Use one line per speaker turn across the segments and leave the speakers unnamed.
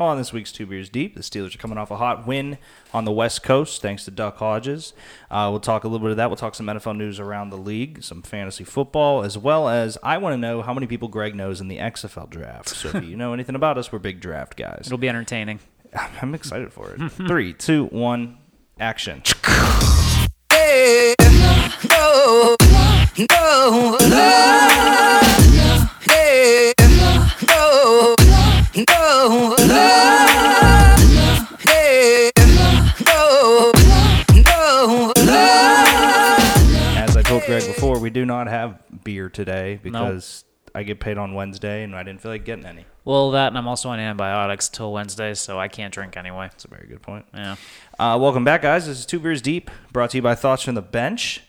On this week's Two Beers Deep, the Steelers are coming off a hot win on the West Coast, thanks to Duck Hodges. Uh, we'll talk a little bit of that. We'll talk some NFL news around the league, some fantasy football, as well as I want to know how many people Greg knows in the XFL draft. So if you know anything about us, we're big draft guys.
It'll be entertaining.
I'm excited for it. Three, two, one, action. As I told Greg before, we do not have beer today because I get paid on Wednesday and I didn't feel like getting any.
Well, that and I'm also on antibiotics till Wednesday, so I can't drink anyway.
That's a very good point.
Yeah.
Uh, welcome back, guys. This is Two Beers Deep, brought to you by Thoughts from the Bench.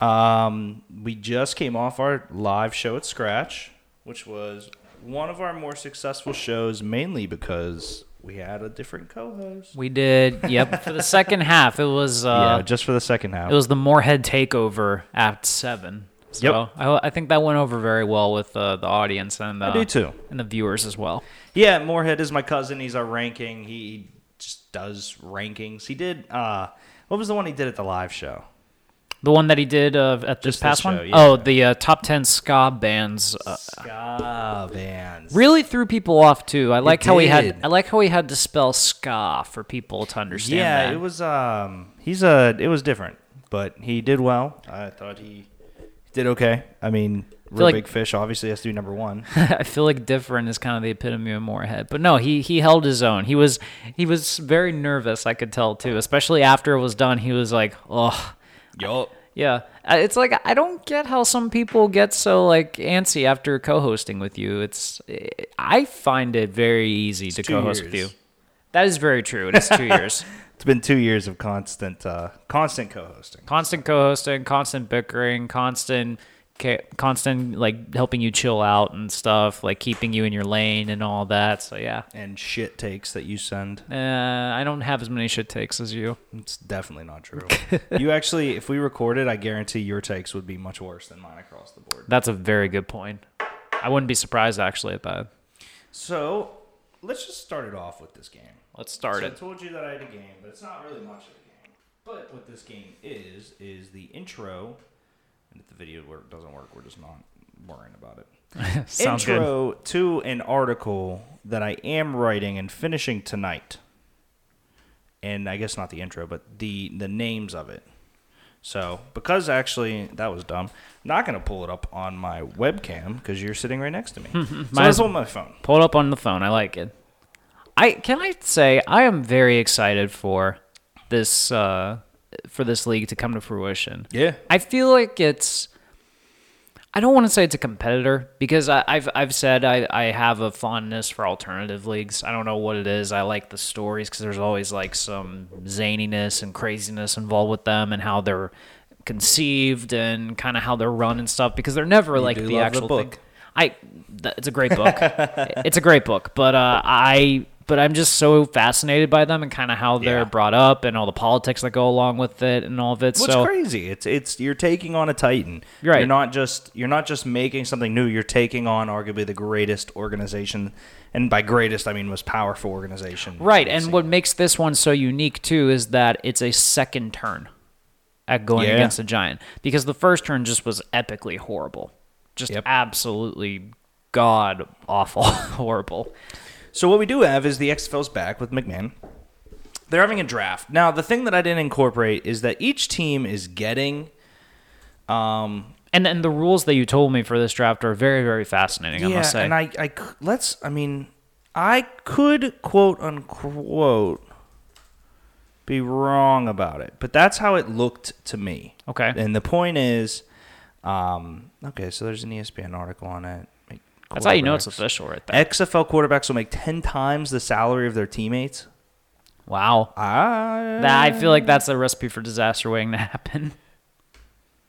Um, we just came off our live show at Scratch, which was one of our more successful shows, mainly because we had a different co-host.
We did. Yep. For the second half, it was uh,
yeah, just for the second half.
it was the Moorhead takeover at seven. So
Yep.
I, I think that went over very well with uh, the audience and uh,
do too.
and the viewers as well.
Yeah, Moorhead is my cousin. He's our ranking. He just does rankings. He did. uh What was the one he did at the live show?
The one that he did uh, at
Just this
this past
show,
one,
yeah.
oh, the uh, top ten ska bands uh,
Ska bands.
really threw people off too. I like how he had
did.
I like how he had to spell ska for people to understand.
Yeah,
that.
it was. Um, he's a. It was different, but he did well. I thought he did okay. I mean, real
like-
big fish obviously has to be number one.
I feel like different is kind of the epitome of Moorhead, but no, he he held his own. He was he was very nervous. I could tell too, especially after it was done. He was like, oh,
Yup.
yeah. Uh, It's like I don't get how some people get so like antsy after co-hosting with you. It's eh, I find it very easy to
two
co-host with you.
years.
That is very true. It is two years.
It's been two years of constant, uh, constant co-hosting.
constant co-hosting, constant bickering, constant ca- constant like helping you chill out and stuff, like keeping you in your lane and all that. So yeah.
And shit takes that you send.
Uh, I don't have as many shit takes as you.
It's definitely not true. you actually, if we recorded, I guarantee your takes would be much worse than mine across the board.
That's a very good point. I wouldn't be surprised actually at that.
So let's just start it off with this game.
Let's start
So I
it.
told you that I had a game, but it's not really much of a game. But what this game is is the intro. And if the video work doesn't work, we're just not worrying about it.
Sounds good.
intro to an article that I am writing and finishing tonight. And I guess not the intro, but the the names of it. So because actually that was dumb, I'm not gonna pull it up on my webcam because you're sitting right next to me. so
Might as
that's on my phone.
Pull it up on the phone. I like it. I can I say I am very excited for this uh, for this league to come to fruition.
Yeah.
I feel like it's. I don't want to say it's a competitor because I, I've I've said I, I have a fondness for alternative leagues. I don't know what it is. I like the stories because there's always like some zaniness and craziness involved with them and how they're conceived and kind of how they're run and stuff because they're never like
do
the
love the
actual
book.
thing. I th- it's a great book. it's a great book, but uh, I but I'm just so fascinated by them and kind of how they're
Yeah.
brought up and all the politics that go along with it and all of it.
What's
so
crazy? It's it's you're taking on a titan.
You're right.
You're not just you're not just making something new. You're taking on arguably the greatest organization, and by greatest I mean most powerful organization.
Right,
we've
and
seen.
what makes this one so unique too is that it's a second turn at going
Yeah.
against a giant because the first turn just was epically horrible, just
Yep.
absolutely god awful horrible.
so what we do have is the XFL's back with McMahon. They're having a draft now. The thing that I didn't incorporate is that each team is getting. Um,
And and the rules that you told me for this draft are very very fascinating. I
yeah,
must say.
and I, I c- let's. I mean, I could quote unquote be wrong about it, but that's how it looked to me.
okay,
And the point is, um, okay, so there's an ESPN article on it. Like,
that's how you know it's
quarterbacks.
official right there.
XFL quarterbacks will make ten times the salary of their teammates.
Wow,
I,
that, I feel like
Um,
that's a recipe for disaster waiting to happen.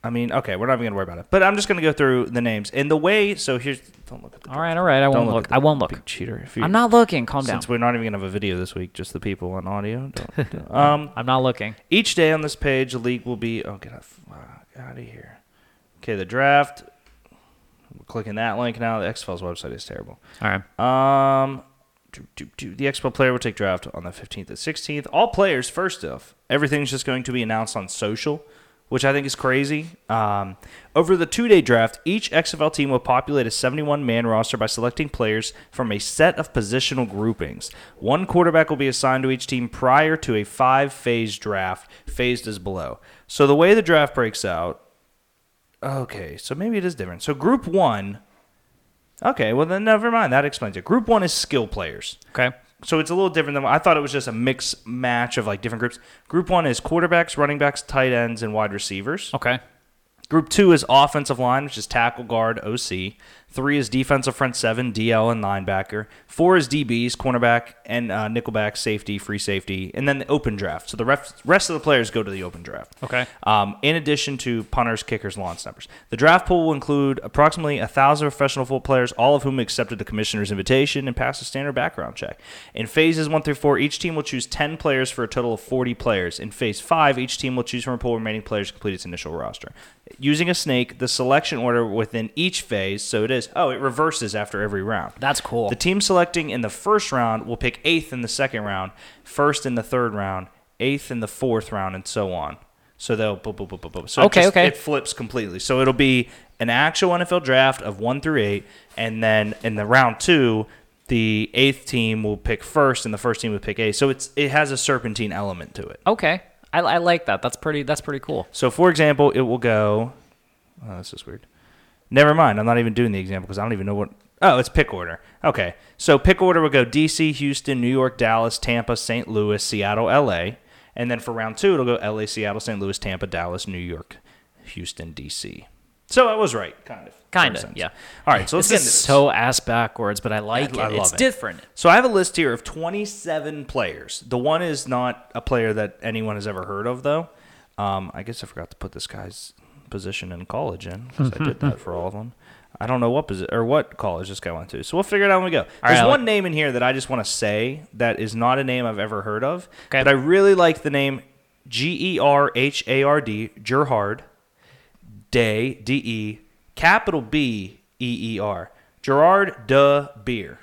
I mean, okay, we're not even gonna worry about it. But I'm just gonna go through the names and the way. So here's, don't look at the.
All right, all right, I
Don't
won't
look
look.
at the
I won't look.
Big cheater. If you,
I'm not looking. Calm down.
Since we're not even gonna have a video this week, just the people on audio. Don't, don't- um,
I'm not looking.
each day on this page, a league will be. Oh, get out of here. Okay, the draft. We're clicking that link now. The XFL's website is terrible.
All right.
Um, do, do, do. The Expo player will take draft on the 15th and 16th. All players, first off, everything's just going to be announced on social, which I think is crazy. Um, over the two day draft, each XFL team will populate a 71 man roster by selecting players from a set of positional groupings. One quarterback will be assigned to each team prior to a five phase draft, phased as below. So the way the draft breaks out, okay, so maybe it is different. So group one. Okay, well then never mind. That explains it. Group one is skill players.
Okay.
So it's a little different than I thought it was just a mix match of like different groups. Group one is quarterbacks, running backs, tight ends, and wide receivers.
Okay.
Group two is offensive line, which is tackle guard, OC. Three is defensive front seven, DL, and linebacker. Four is DBs, cornerback, and uh, nickelback, safety, free safety, and then the open draft. So the ref- rest of the players go to the open draft.
Okay.
Um, in addition to punters, kickers, lawn snappers, the draft pool will include approximately a thousand professional football players, all of whom accepted the commissioner's invitation and passed a standard background check. In phases one through four, each team will choose ten players for a total of forty players. In phase five, each team will choose from a pool of remaining players to complete its initial roster. Using a snake, the selection order within each phase, so it is. Oh, it reverses after every round.
That's cool.
The team selecting in the first round will pick eighth in the second round, first in the third round, eighth in the fourth round, and so on. So they'll boop, boop, boop, boop, boop. So it
Okay,
just-
okay.
It flips completely. So it'll be an actual NFL draft of one through eight, and then in the round two, the eighth team will pick first, and the first team will pick eighth. So it's it has a serpentine element to it.
okay. I, I like that. That's pretty. That's pretty cool.
So for example, it will go. Oh, this is weird. Never mind. I'm not even doing the example because I don't even know what. Oh, it's pick order. Okay. So pick order would go DC, Houston, New York, Dallas, Tampa, St. Louis, Seattle, LA. And then for round two, it'll go LA, Seattle, St. Louis, Tampa, Dallas, New York, Houston, DC. So I was right, kind of.
Kinda,
For a sense.
yeah.
All right. So let's
This
get
is
into this.
so ass backwards, but I like
I love
it. it's
it.
different.
So I have a list here of 27 players. The one is not a player that anyone has ever heard of, though. Um, I guess I forgot to put this guy's position in college in because I did that for all of them. I don't know what position or what college this guy went to. So we'll figure it out when we go.
right,
There's
I like-
one name in here that I just want to say that is not a name I've ever heard of,
Okay.
but I really like the name G E R H A R D Gerhard Day D E capital B E E R Gerard de Beer.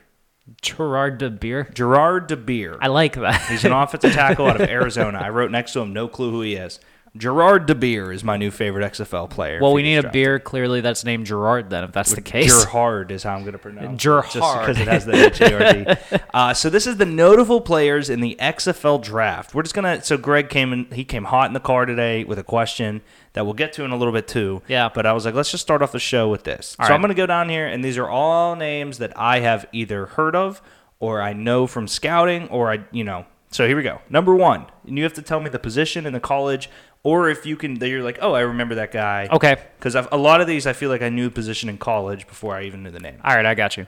Gerard de Beer.
Gerard De Beer.
I like that.
He's an offensive tackle out of Arizona. I wrote next to him, no clue who he is. Gerard De Beer is my new favorite XFL player.
well,
if
we
he
need
gets
a
drafted.
beer clearly that's named Gerard. Then, if that's the case,
Gerhard is how I'm going to pronounce it. Just
Gerhard.
because it has the H-E-R-D. uh, so this is the notable players in the XFL draft. We're just going to, so Greg came in, he came hot in the car today with a question that we'll get to in a little bit too.
Yeah.
But I was like, let's just start off the show with this. so
right.
I'm going to go down here and these are all names that I have either heard of or I know from scouting or I, you know, so here we go. Number one, and you have to tell me the position in the college or if you can, that you're like, oh, I remember that guy.
okay.
Because a lot of these, I feel like I knew the position in college before I even knew the name.
All right, I got you.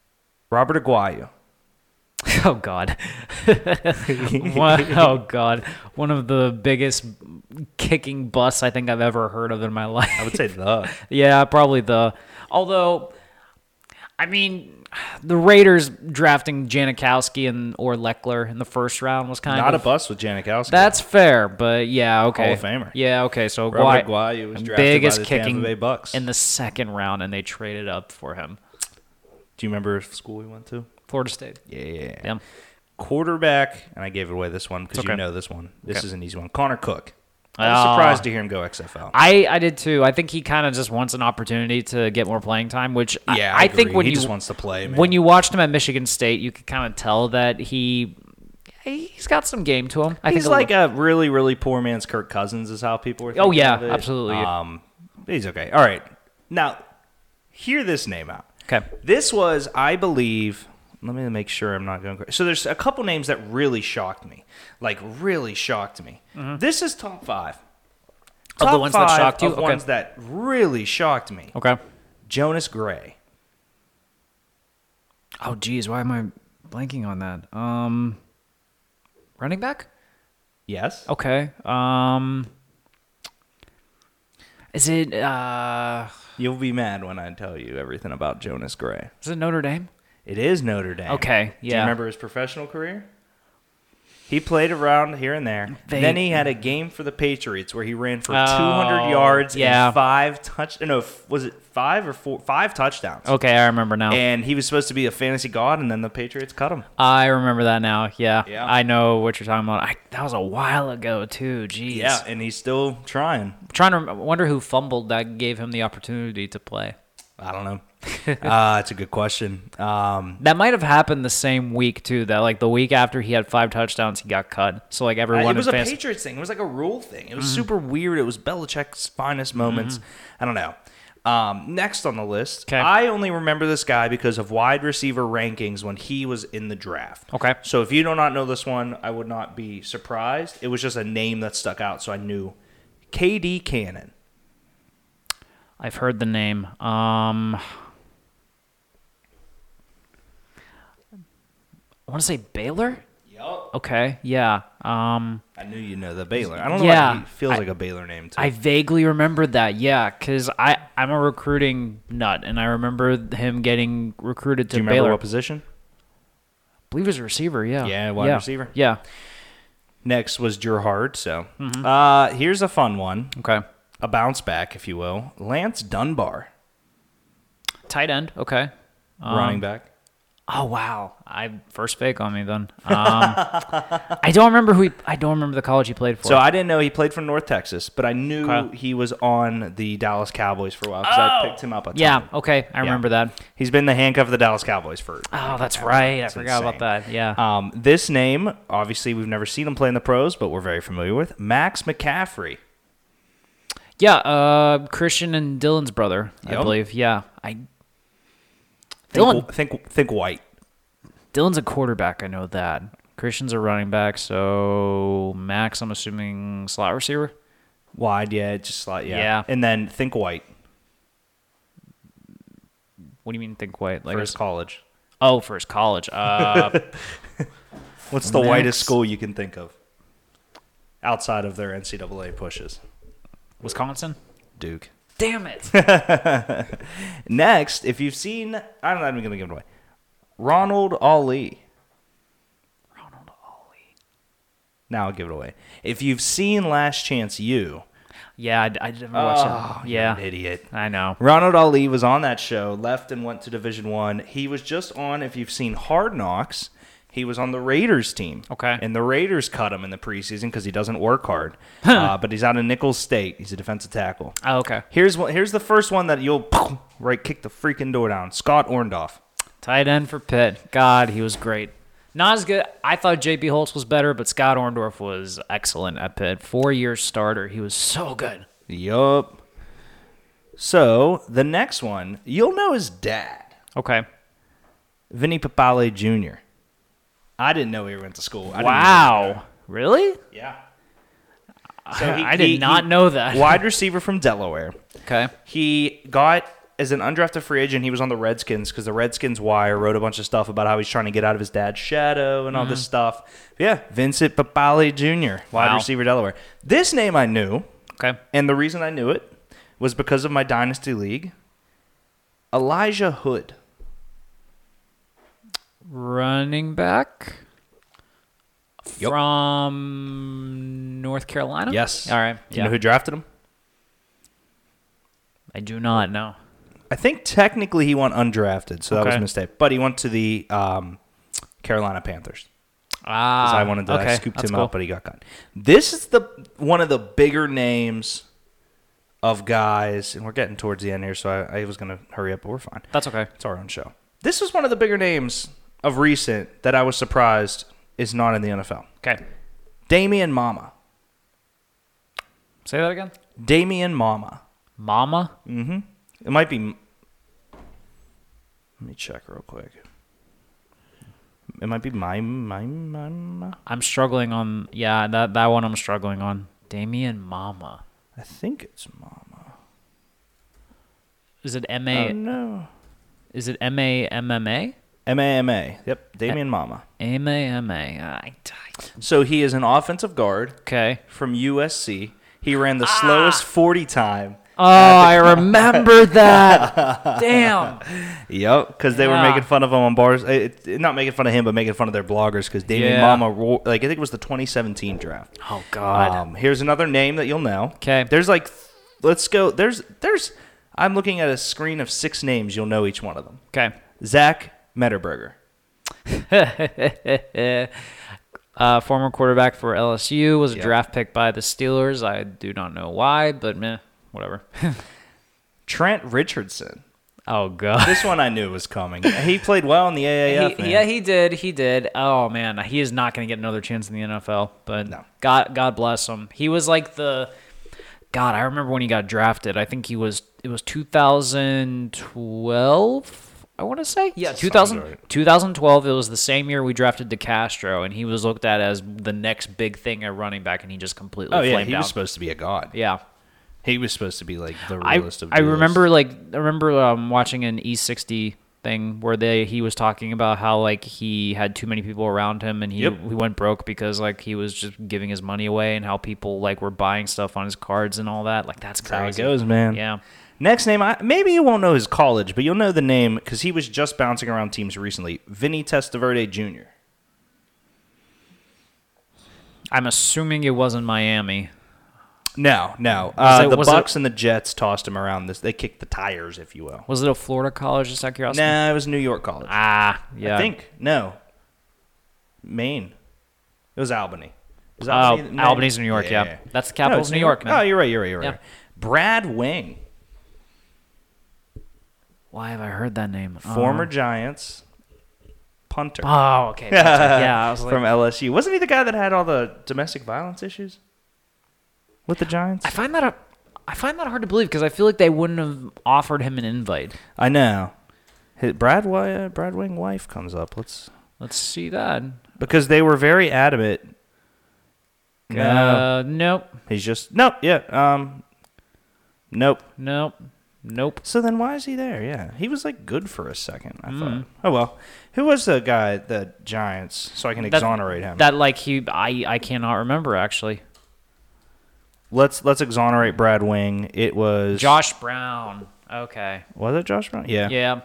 Robert Aguayo.
Oh God. One- oh God. One of the biggest kicking busts I think I've ever heard of in my life.
I would say the.
Yeah, probably the. Although, I mean, the Raiders drafting Janikowski and or Leckler in the first round was kind
Not a
of
bust with Janikowski.
that's fair, but yeah, okay,
Hall of Famer.
Yeah, okay, so
Robert
Aguay-
Aguayo was
and
drafted
biggest
by the
kicking
Tampa Bay Bucks.
in the second round, and they traded up for him.
Do you remember if school we went to?
Florida State.
Yeah.
Damn.
Quarterback, and I gave away this one because
okay.
you know this one. This
Okay.
is an easy one. Connor Cook. I
Ah.
was surprised to hear him go XFL.
I, I did too. I think he kind of just wants an opportunity to get more playing time, which I-
Yeah,
I,
I
think
agree.
when
He
you
just wants to play, man.
When you watched him at Michigan State, you could kind of tell that he he's got some game to him. I
he's
think
like a really, really poor man's Kirk Cousins, is how people are.
Oh,
thinking
yeah,
of it.
absolutely.
Um, he's okay. All right, now hear this name out.
Okay.
this was, I believe. Let me make sure I'm not going. cra- So there's a couple names that really shocked me, like really shocked me. This is top five.
Mm-hmm. Of the
Top
ones that
five
shocked you?
of
Okay. Oh.
ones that really shocked me.
okay.
Jonas Gray.
Oh geez, why am I blanking on that? Um, running back.
Yes.
Okay. Um, is it uh
You'll be mad when I tell you everything about Jonas Gray.
is it Notre Dame?
It is Notre Dame.
Okay,
Do you
yeah.
remember his professional career? He played around here and there.
They-
then he had a game for the Patriots where he ran for
Oh,
200 yards
yeah.
and five touch. No, f- was it five or four? Five touchdowns.
Okay, I remember now.
And he was supposed to be a fantasy god, and then the Patriots cut him.
I remember that now. Yeah.
Yeah.
I know what you're talking about. I, that was a while ago too. Jeez.
Yeah, and he's still trying.
trying to rem- wonder who fumbled that gave him the opportunity to play.
I don't know. uh, it's a good question. Um,
That might have happened the same week too. That like the week after he had five touchdowns, he got cut. So like everyone
Uh, it was a
in Mm-hmm. fantasy-
Patriots thing. It was like a rule thing. It was super weird. It was Belichick's
Mm-hmm.
finest moments. I don't know. Um, next on the list,
'Kay.
I only remember this guy because of wide receiver rankings when he was in the draft.
Okay.
So if you do not know this one, I would not be surprised. It was just a name that stuck out, so I knew. KD Cannon.
I've heard the name. Um, I want to say Baylor.
Yup.
Okay, yeah. Um,
I knew you know the Baylor. I don't know
Yeah.
why he feels
I-
like a Baylor name too.
I vaguely remember that. Yeah, because I I'm a recruiting nut, and I remember him getting recruited to
do you remember
Baylor.
what position?
I believe he was a receiver. Yeah.
Yeah, wide receiver.
Yeah.
Next was Gerhard. So
Mm-hmm.
uh, here's a fun one,
Okay.
a bounce back, if you will. Lance Dunbar,
Tight end. Okay. Um,
running back.
Oh wow! I first fake on me then. Um, I don't remember who. He, I don't remember the college he played for.
So I didn't know he played for North Texas, but I knew
Okay.
he was on the Dallas Cowboys for a while because I picked him up. A ton.
Oh! yeah. Okay. I remember that.
he's been the handcuff of the Dallas Cowboys for.
Oh, that's Uh, right. I
It's
forgot
insane.
about that. Yeah.
Um, this name, obviously, we've never seen him play in the pros, but we're very familiar with Max McCaffrey.
yeah. Uh, Christian and Dylan's brother, I
Yep.
believe. Yeah. I.
Think,
Dylan.
think, think white.
Dylan's a quarterback. I know that. Christian's a running back. So Max, I'm assuming slot receiver.
Wide, yeah, just like yeah.
Yeah.
And then think white
What do you mean? Think white? Like
for his college.
oh, for his college. Uh,
What's the
Max-
whitest school you can think of outside of their NCAA pushes?
Wisconsin.
Duke.
Damn it.
Next, if you've seen, I'm not even going to give it away. Ronald Ali.
Ronald Ollie.
Now I'll give it away. If you've seen Last Chance U,
Yeah, I, I didn't watch
oh,
it.
you're
Yeah,
an idiot.
I know.
Ronald Ali was on that show, left and went to Division One. He was just on. If you've seen Hard Knocks, he was on the Raiders team.
Okay.
and the Raiders cut him in the preseason because he doesn't work hard. uh, but he's out of Nichols State. He's a defensive tackle.
Oh, okay.
Here's one. Here's the first one that you'll right kick the freaking door down. Scott Orndorff.
Tight end for Pitt. God, he was great. Not as good. I thought J.P. Holtz was better, but Scott Orndorff was excellent at Pitt. Four-year starter. He was so good.
Yup. So the next one you'll know his dad,
Okay.
Vinny Papale Jr. I didn't know he went to school. I didn't even know.
Wow. Really?
Yeah.
I did not know that.
wide receiver from Delaware.
Okay.
He got as an undrafted free agent. He was on the Redskins because the Redskins wire wrote a bunch of stuff about how he's trying to get out of his dad's shadow and all this stuff. Yeah, Vincent Papale Jr., wide
Wow.
receiver Delaware. This name I knew,
Okay.
and the reason I knew it was because of my dynasty league. Elijah Hood.
Running back
Yep.
from North Carolina.
Yes.
All right.
Do you
Yeah.
know who drafted him?
I do not know.
I think technically he went undrafted, so that was
Okay.
a mistake. But he went to the um, Carolina Panthers.
Ah.
So I wanted to
okay.
I scooped
That's
him
cool.
up, but he got caught. This is the one of the bigger names of guys, and we're getting towards the end here, so I, I was gonna hurry up, but we're fine.
That's okay.
It's our own show. This is one of the bigger names of recent that I was surprised is not in the NFL.
Okay.
Damian Mama.
Say that again.
Damian Mama.
Mama.
Mm-hmm. It might be. Let me check real quick. It might be my my my.
I'm struggling on yeah, that that one I'm struggling on. Damien Mama.
I think it's Mama.
Is it M
Oh
A
no.
is it M A M M A?
M A M A. Yep, Damian Mama.
M A M A. I died.
So he is an offensive guard
Okay. Ah.
from USC. He ran the slowest 40 time
Oh, I remember that. Damn.
Yep, because they were
Yeah.
making fun of him on bars. It, it- not making fun of him, but making fun of their bloggers because Damien
Yeah.
Mama, ro- like I think it was the 2017 draft.
Oh God.
Um, here's another name that you'll know.
'Kay.
There's like, th- let's go. There's there's. I'm looking at a screen of six names. You'll know each one of them.
okay.
Zach Metterberger.
Uh, former quarterback for LSU was a
Yeah.
draft pick by the Steelers. I do not know why, but meh, whatever.
Trent Richardson.
oh God.
This one I knew was coming. He played well in the AAF.
He,
man.
yeah, he did. He did. Oh man, he is not going to get another chance in the NFL. But
No.
God, God bless him. He was like the. God, I remember when he got drafted. I think he was. It was 2012. I want to say, yeah,
Sounds
2000,
right.
2012. It was the same year we drafted DeCastro, and he was looked at as the next big thing at running back, and he just completely
Oh yeah,
flamed
he
out.
was supposed to be a god.
yeah,
He was supposed to be like the
I,
realist of.
I
duelists.
remember like I remember um, watching an E60 thing where they he was talking about how like he had too many people around him and he
Yep.
he went broke because like he was just giving his money away and how people like were buying stuff on his cards and all that like that's
That's how it
crazy.
goes, man.
Yeah.
Next name, I, maybe you won't know his college, but you'll know the name because he was just bouncing around teams recently. Vinny Testaverde Jr.
I'm assuming it wasn't Miami.
No, no. Uh,
it-
the
was it-
Bucks and the Jets tossed him around. This they kicked the tires, if you will.
Was it a Florida college? Just out of curiosity.
Nah, it was New York College.
Ah, yeah.
I think no. Maine. It was Albany. Was
Oh,
Maine?
Albany's New York, yeah. That's the capital
it's
of New York, man.
Oh, you're right. You're right. You're right.
Yeah.
you're right. Brad Wing,
Why have I heard that name?
former
Um,
Giants punter.
oh, okay. that's right. yeah, I was like,
from LSU. Wasn't he the guy that had all the domestic violence issues with the Giants?
I find that a, I find that hard to believe because I feel like they wouldn't have offered him an invite.
I know. His, Brad Wi- uh, Brad Wing wife comes up. Let's
Let's see that.
because they were very adamant. No,
Uh, nope,
he's just nope. Yeah, um, nope.
nope, nope.
So then why is he there? Yeah, he was like good for a second.
Hmm.
I thought. Oh well, who was the guy at the Giants? So I can
That-
exonerate him.
That like he, I, I cannot remember actually.
let's let's exonerate Brad Wing. It was
Josh Brown. Okay.
Was it Josh Brown? Yeah.
Yeah.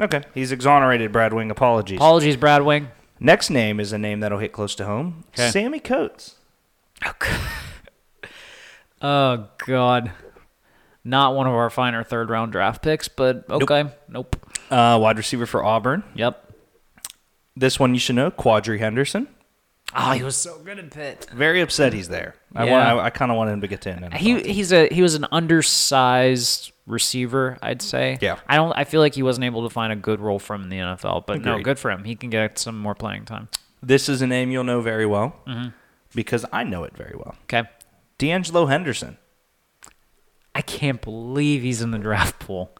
Okay, he's exonerated. Brad Wing. Apologies.
Apologies, Brad Wing.
Next name is a name that'll hit close to home.
'Kay.
Sammy Coates.
Oh God. oh God. Not one of our finer third round draft picks, but okay. Nope.
Uh, wide receiver for Auburn.
Yep.
This one you should know, Quadri Henderson.
Oh, he was so good at Pitt.
Very upset he's there. I
Yeah.
want. I, I kind of want him to get to him.
He he's a he was an undersized receiver, I'd say.
Yeah.
I don't I feel like he wasn't able to find a good role for him in the NFL, but no,
Agreed.
good for him. He can get some more playing time.
this is a name you'll know very well
Mm-hmm.
because I know it very well.
Okay.
D'Angelo Henderson.
I can't believe he's in the draft pool.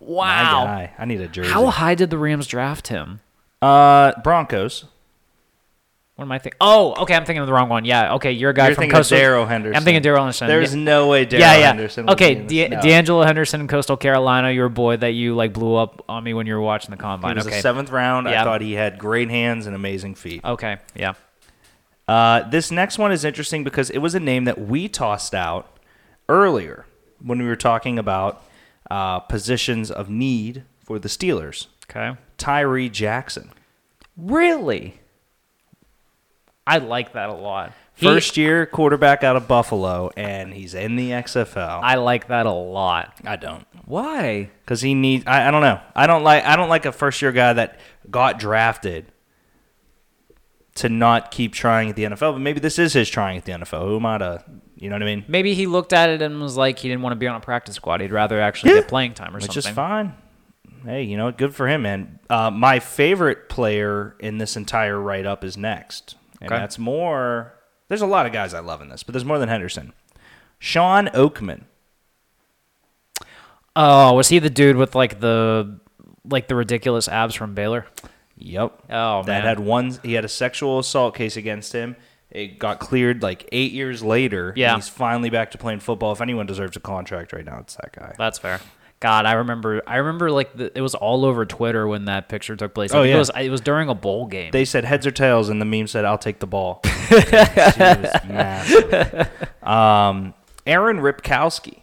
My
Wow.
guy. I need a jersey.
How high did the Rams draft him?
Uh, Broncos.
What am I thinking? Oh, okay, I'm thinking of the wrong one. Yeah, okay, you're a guy
You're
from
thinking of
Coastal.
Darryl Henderson.
I'm thinking Daryl Henderson.
There's
yeah.
no way Daryl
yeah, yeah.
Henderson. was
okay,
in
D-
this- no.
D'Angelo Henderson, Coastal Carolina, your boy that you like blew up on me when you were watching the
He
combine.
was
okay,
a seventh round. I
Yeah.
thought he had great hands and amazing feet.
okay, yeah.
Uh, this next one is interesting because it was a name that we tossed out earlier when we were talking about uh, positions of need for the Steelers.
Okay,
Tyree Jackson.
Really? I like that a lot. He-
First year quarterback out of Buffalo, and he's in the XFL. I,
I like that a lot.
don't
Why?
because he needs. I, I don't know. I don't like. I don't like a first year guy that got drafted to not keep trying at the NFL. But maybe this is his trying at the NFL. Who am I to? You know what I mean?
Maybe he looked at it and was like, he didn't want to be on a practice squad. He'd rather actually
Yeah.
get playing time or
which
something.
is fine. Hey, you know, good for him, man. Uh, my favorite player in this entire write up is next, and
Okay.
that's more. There's a lot of guys I love in this, but there's more than Henderson. Sean Oakman.
Oh, was he the dude with like the like the ridiculous abs from Baylor?
Yep.
Oh,
that
man.
had one. He had a sexual assault case against him. It got cleared like eight years later. and
Yeah.
he's finally back to playing football. If anyone deserves a contract right now, it's that guy.
That's fair. God, I remember. I remember like the, it was all over Twitter when that picture took place. I
Oh,
think
yeah.
it was it was during a bowl game.
They said heads or tails, and the meme said, "I'll take the ball." She was massive. Um, Aaron Ripkowski.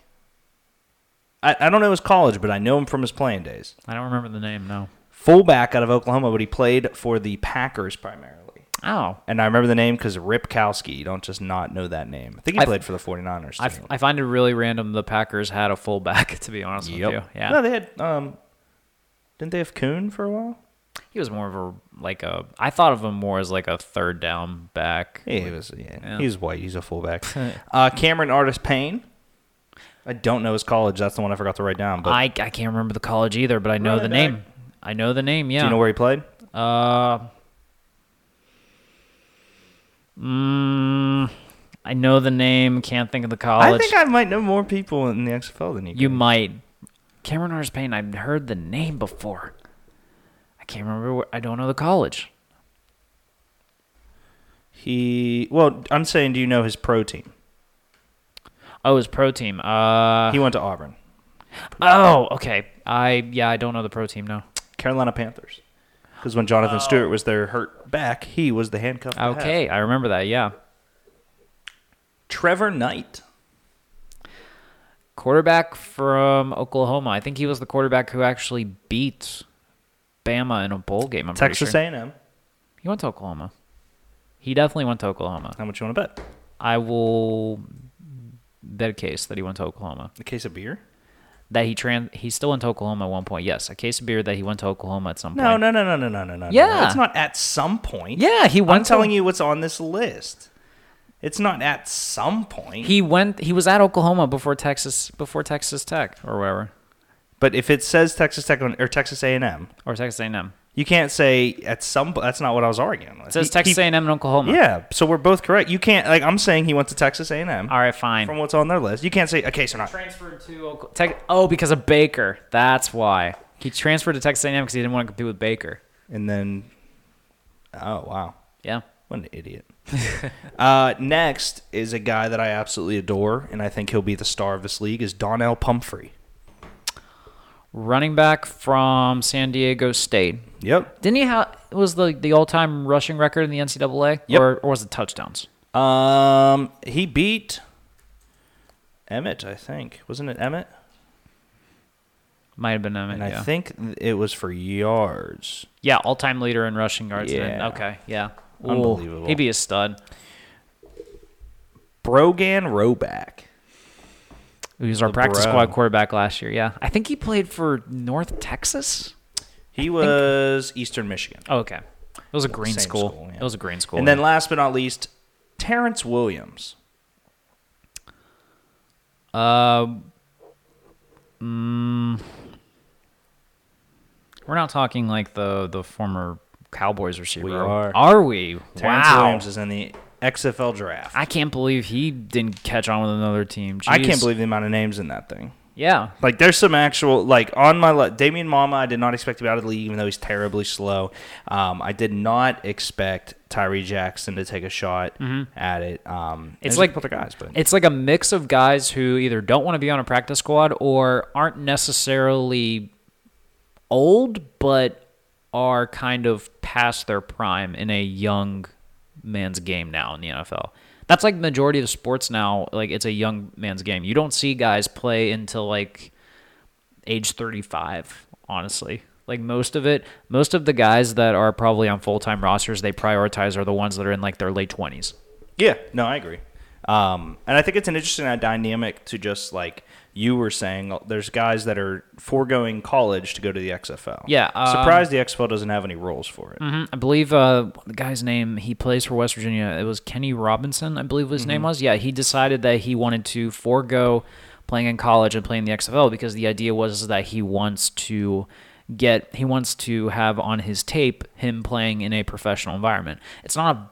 I, I don't know his college, but I know him from his playing days.
I don't remember the name. No.
Fullback out of Oklahoma, but he played for the Packers primarily.
Oh,
And I remember the name because Ripkowski. You don't just not know that name. I think he
I-
played for the 49ers.
I,
too.
I find it really random. The Packers had a fullback. To be honest
Yep.
with you, yeah,
No, they had. Um, didn't they have Kuhn for a while?
he was more of a like a. I thought of him more as like a third down back.
Yeah, he was. Yeah,
Yeah.
he's white. He's a fullback. uh, Cameron Artist Payne. I don't know his college. That's the one I forgot to write down. But
I, I can't remember the college either, but I know the
Running back.
name. I know the name. Yeah.
do you know where he played?
Uh, mm, I know the name. Can't think of the college.
I think I might know more people in the XFL than you.
you
do.
might. Cameron Harris Payne. I've heard the name before. I can't remember. Where, I don't know the college.
He. Well, I'm saying, do you know his pro team?
Oh, it was pro team. Uh,
He went to Auburn,
oh, okay. I yeah, I don't know the pro team. No.
Carolina Panthers. Because when Jonathan Stewart was their hurt back, he was the handcuff. to have.
Okay, I remember that. Yeah.
Trevor Knight.
Quarterback from Oklahoma. I think he was the quarterback who actually beat Bama in a bowl game. I'm pretty
Texas
sure.
A&M.
He went to Oklahoma. He definitely went to Oklahoma.
How much you want to bet?
I will bet a case that he went to Oklahoma.
A case of beer?
That he trans he still went to Oklahoma at one point. Yes, a case of beer that he went to Oklahoma at some
No,
point.
no, no, no, no, no, no, no.
Yeah.
It's not at some point.
Yeah, he went.
I'm telling you what's on this list. It's not at some point.
he went. He was at Oklahoma before Texas before Texas Tech or wherever
but if it says Texas Tech on- or Texas A&M,
or Texas A&M.
you can't say at some. That's not what I was arguing. With.
It says Texas A&M and Oklahoma.
Yeah, so we're both correct. You can't like I'm saying he went to Texas A&M
All right, fine.
from what's on their list. You can't say okay, so not.
transferred to Oklahoma. Tech- oh, because of Baker. That's why he transferred to Texas A&M because he didn't want to compete with Baker.
And then, oh wow,
Yeah.
what an idiot. uh, next is a guy that I absolutely adore, and I think he'll be the star of this league is Donnell Pumphrey.
Running back from San Diego State.
Yep.
Didn't he have was the the all time rushing record in the NCAA?
Yep.
Or, or was it touchdowns?
Um, he beat Emmett, I think. Wasn't it Emmett?
Might have been Emmett.
And
yeah.
I think th- it was for yards.
yeah, all time leader in rushing yards. then.
Yeah.
Okay. Yeah. Ooh,
Unbelievable.
He'd be a stud.
Brogan Roback.
He was our practice
bro.
squad quarterback last year. Yeah. I think he played for North Texas.
He was Eastern Michigan.
Oh, okay. It was a green
Same
school.
school, yeah.
It was a green school.
And then last but not least, Terrence Williams.
We're not talking like the the former Cowboys receiver.
We are.
we?
Terrence
wow.
Williams is in the XFL draft. I,
I can't believe he didn't catch on with another team.
can't
Jeez.
believe the amount of names in that thing.
Yeah.
Like there's some actual like on my li Damian Mama, I did not expect to be out of the league, even though he's terribly slow. Um, I did not expect Tyree Jackson to take a shot at it. Um,
Mm-hmm. It's
there's
like-
a couple other guys, but
It's like a mix of guys who either don't want to be on a practice squad or aren't necessarily old, but are kind of past their prime in a young man's game now in the NFL. That's like the majority of sports now. Like it's a young man's game. You don't see guys play until like age 35 honestly like most of it most of the guys that are probably on full-time rosters they prioritize are the ones that are in like their late 20s
yeah, no, I agree. Um, and I think it's an interesting uh, dynamic to just like you were saying. uh, There's guys that are foregoing college to go to the XFL.
Yeah, um,
surprised the XFL doesn't have any rules for it.
hmm i believe uh, the guy's name he plays for west virginia it was kenny robinson i believe his name was yeah he decided that he wanted to forego playing in college and playing the xfl because the idea was that he wants to get he wants to have on his tape him playing in a professional environment it's not a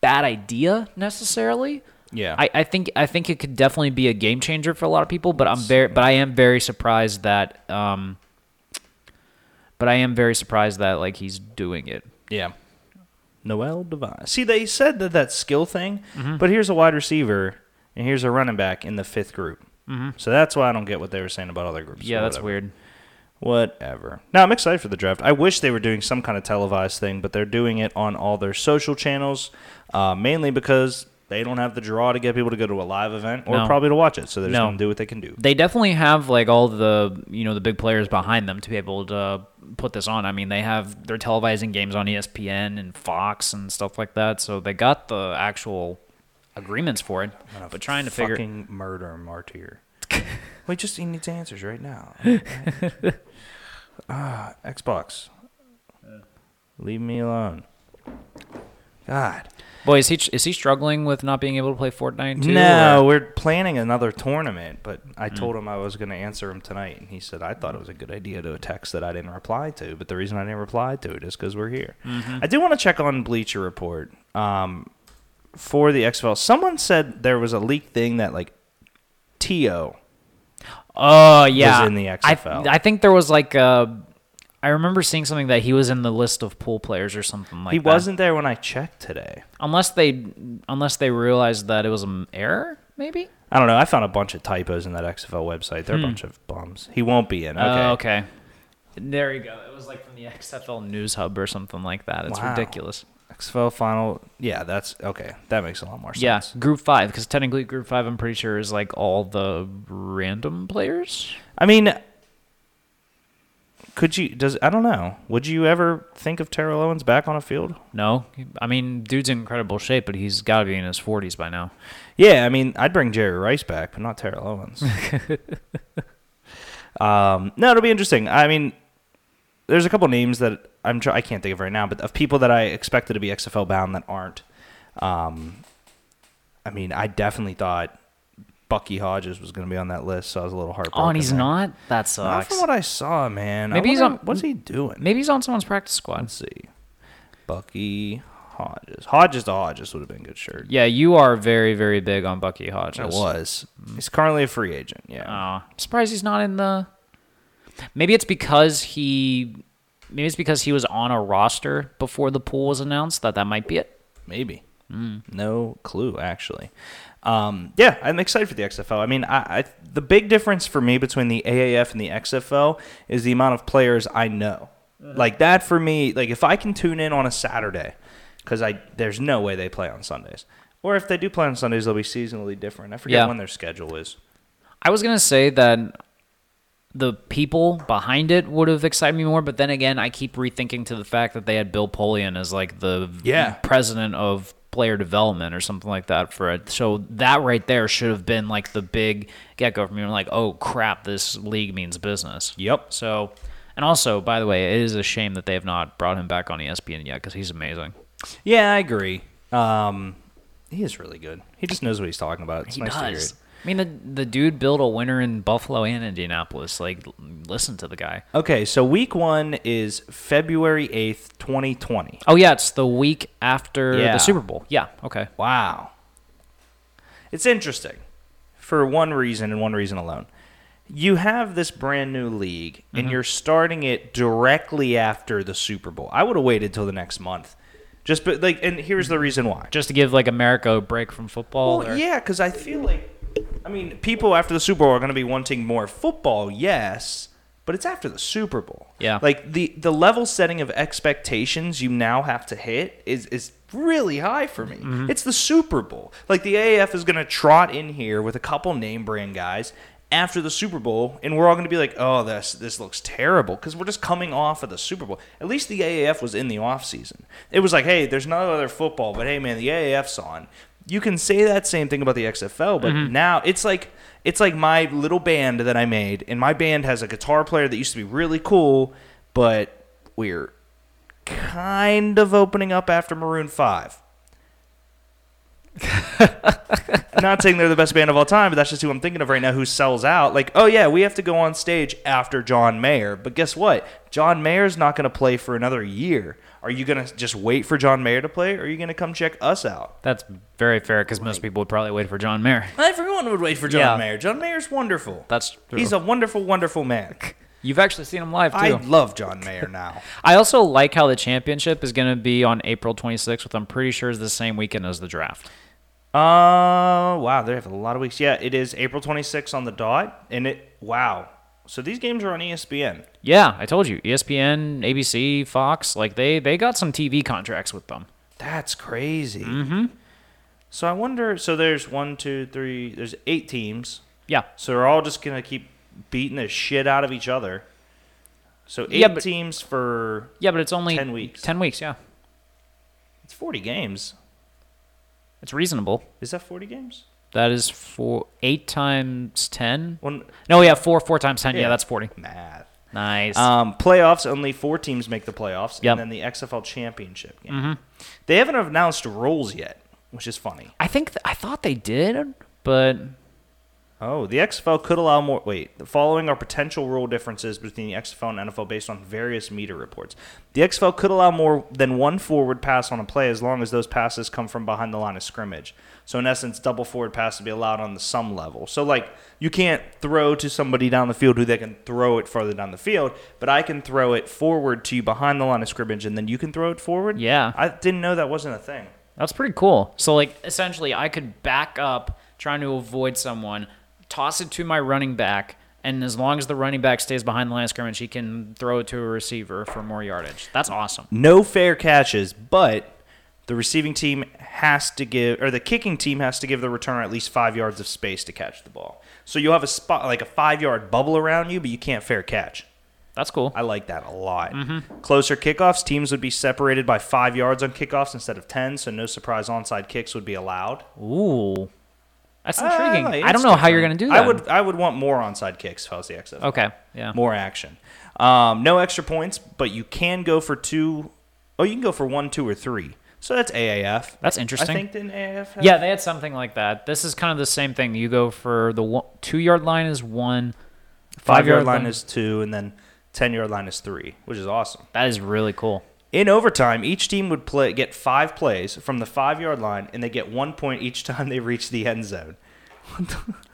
bad idea necessarily
Yeah,
I, I think I think it could definitely be a game changer for a lot of people, but I'm very but I am very surprised that um but I am very surprised that like he's doing it.
Yeah. Noel Devine. See, they said that that skill thing,
Mm-hmm.
but here's a wide receiver and here's a running back in the fifth group. Mm-hmm. So that's why I don't get what they were saying about other groups.
Yeah, that's
Whatever.
weird.
Whatever. Now I'm excited for the draft. I wish they were doing some kind of televised thing, but they're doing it on all their social channels, uh, mainly because They don't have the draw to get people to go to a live event or
No.
probably to watch it. So they're just
No.
going to do what they can do.
They definitely have like all the you know the big players behind them to be able to put this on. I mean, they have they're televising games on E ESPN and Fox and stuff like that, so they got the actual agreements for it. But trying to figure
Fucking murder Martyr. we just he needs answers right now. Ah, Xbox. Leave me alone. God.
Boy, is he is he struggling with not being able to play Fortnite? Too,
no,
or-
we're planning another tournament, but I
Mm.
told him I was going to answer him tonight, and he said I thought it was a good idea to a text that I didn't reply to. But the reason I didn't reply to it is because we're here.
Mm-hmm.
I do want to check on Bleacher Report um, for the XFL. Someone said there was a leaked thing that like To
Oh yeah,
was in the XFL.
I, I think there was like uh, I remember seeing something that he was in the list of pool players or something like
he
that.
wasn't there when I checked today.
unless they unless they realized that it was an error. Maybe.
I don't know. I found a bunch of typos in that XFL website. They're a bunch of bums. He won't be in. Okay.
Hmm. Oh, okay. There you go. It was like from the XFL News Hub or something like that. It's
Wow.
ridiculous.
XFL final. Yeah, that's okay. That makes a lot more sense.
Yeah, Group Five, because technically Group Five, I'm pretty sure is like all the random players.
I mean, could you? Does I don't know. Would you ever think of Terrell Owens back on a field?
No, I mean, dude's in incredible shape, but he's got to be in his 40s by now.
Yeah, I mean, I'd bring Jerry Rice back, but not Terrell Owens. um, no, it'll be interesting. I mean, there's a couple names that I'm try- I can't think of right now, but of people that I expected to be XFL bound that aren't. Um, I mean, I definitely thought Bucky Hodges was going to be on that list, so I was a little heartbroken.
Oh, and he's
there.
not. That
Not
sucks.
from what I saw, man.
Maybe
I
he's
wonder-
on-
What's he doing?
Maybe he's on someone's practice squad.
Let's see. Bucky Hodges. Hodges to Hodges would have been a good shirt.
Yeah, you are very, very big on Bucky Hodges.
It was.
Mm.
He's currently a free agent. Yeah.
Oh, surprised he's not in the. Maybe it's because he, maybe it's because he was on a roster before the pool was announced. That that might be it.
Maybe. No clue, actually. Um, Hmm. yeah, I'm excited for the XFL. I mean, I, I, the big difference for me between the AAF and the XFL is the amount of players I know. Like that for me, like if I can tune in on a Saturday, because I there's no way they play on Sundays, or if they do play on Sundays, they'll be seasonally different. I forget
Yeah.
when their schedule is.
I was gonna say that the people behind it would have excited me more, but then again, I keep rethinking to the fact that they had Bill Polian as like the
Yeah.
president of player development or something like that for it. So that right there should have been like the big get go for me. I'm like, oh crap, this league means business.
Yep.
So, and also, by the way, it is a shame that they have not brought him back on E ESPN yet because he's amazing.
Yeah, I agree. Um, he is really good. He just knows what he's talking about. It's nice to hear it.
I mean, the the dude built a winner in Buffalo and Indianapolis. Like, l- listen to the guy.
Okay, so week one is February 8th, 2020.
Oh yeah, it's the week after
Yeah.
the Super Bowl. Yeah. Okay.
Wow. It's interesting for one reason and one reason alone. You have this brand new league and you're starting it directly after the Super Bowl. I would have waited till the next month. Just but like and here's the reason why.
Just to give like America a break from football.
Well,
or-
yeah, because I feel like, I mean, people after the Super Bowl are going to be wanting more football, yes, but it's after the Super Bowl.
Yeah.
like the the level setting of expectations you now have to hit is is really high for me. It's the Super Bowl. Like the AAF is going to trot in here with a couple name brand guys after the Super Bowl, and we're all going to be like, "Oh, this this looks terrible," because we're just coming off of the Super Bowl. At least the AAF was in the off season. It was like, "Hey, there's no other football, but hey, man, the AAF's on." You can say that same thing about the XFL, but now it's like it's like my little band that I made, and my band has a guitar player that used to be really cool, but we're kind of opening up after Maroon 5. Not saying they're the best band of all time, but that's just who I'm thinking of right now who sells out. Like, oh, yeah, we have to go on stage after John Mayer. But guess what? John Mayer's not going to play for another year. Are you going to just wait for John Mayer to play, or are you going to come check us out?
That's very fair because most people would probably wait for John Mayer.
Everyone would wait for John
Yeah.
Mayer. John Mayer's wonderful.
That's true.
He's a wonderful, wonderful man.
You've actually seen him live too.
I
I,
love John Mayer now.
also like how the championship is going to be on April 26th, which I'm pretty sure is the same weekend as the draft.
Uh, wow, they have a lot of weeks. Yeah, it is April 26th on the dot, and it wow. So these games are on E ESPN.
Yeah, I told you. E ESPN, ABC, Fox, like they they got some TV contracts with them.
That's crazy. So I wonder. So there's one, two, three. There's eight teams.
Yeah.
So they're all just gonna keep beating the shit out of each other. So eight
Yeah, but-
teams for
Yeah, but it's only
10 weeks.
10 weeks, yeah.
it's forty games.
It's reasonable.
Is that forty games?
That is four, eight times 10.
One
No, yeah, four, four times 10. Yeah,
Yeah.
that's 40.
math.
Nice.
Um, playoffs only four teams make the playoffs,
Yep.
and
Mm-hmm.
then the XFL championship game. They haven't announced rules yet, which is funny.
I think, th- I thought they did, but
Oh, the XFL could allow more. Wait, the following are potential rule differences between the XFL and NFL based on various meter reports. The XFL could allow more than one forward pass on a play as long as those passes come from behind the line of scrimmage. So, in essence, double forward pass would be allowed on the sum level. So, like, you can't throw to somebody down the field who they can throw it further down the field, but I can throw it forward to you behind the line of scrimmage and then you can throw it forward?
Yeah.
I didn't know that wasn't a thing.
That's pretty cool. So like essentially I could back up trying to avoid someone, toss it to my running back, and as long as the running back stays behind the line of scrimmage, he can throw it to a receiver for more yardage. That's awesome.
no fair catches, but the receiving team has to give, or the kicking team has to give the returner at least five yards of space to catch the ball. So you'll have a spot, like a five yard bubble around you, but you can't fair catch.
That's cool.
I like that a lot.
Mm-hmm.
Closer kickoffs, teams would be separated by five yards on kickoffs instead of 10, so no surprise onside kicks would be allowed.
Ooh. That's intriguing.
Ah,
I don't
it's
know how you're going
different.
to do that.
I would, I would want more onside kicks if I was the XFL
Okay. Yeah.
more action. Um, no extra points, but you can go for two oh you can go for one, two, or three. So that's AAF.
That's interesting.
I think then AAF. Have,
yeah, they had something like that. This is kind of the same thing. You go for the one, 2-yard line is 1,
five yard
5-yard
line is two, and then ten yard line is three, which is awesome.
That is really cool.
In overtime, each team would play get five plays from the five yard line, and they get one point each time they reach the end zone.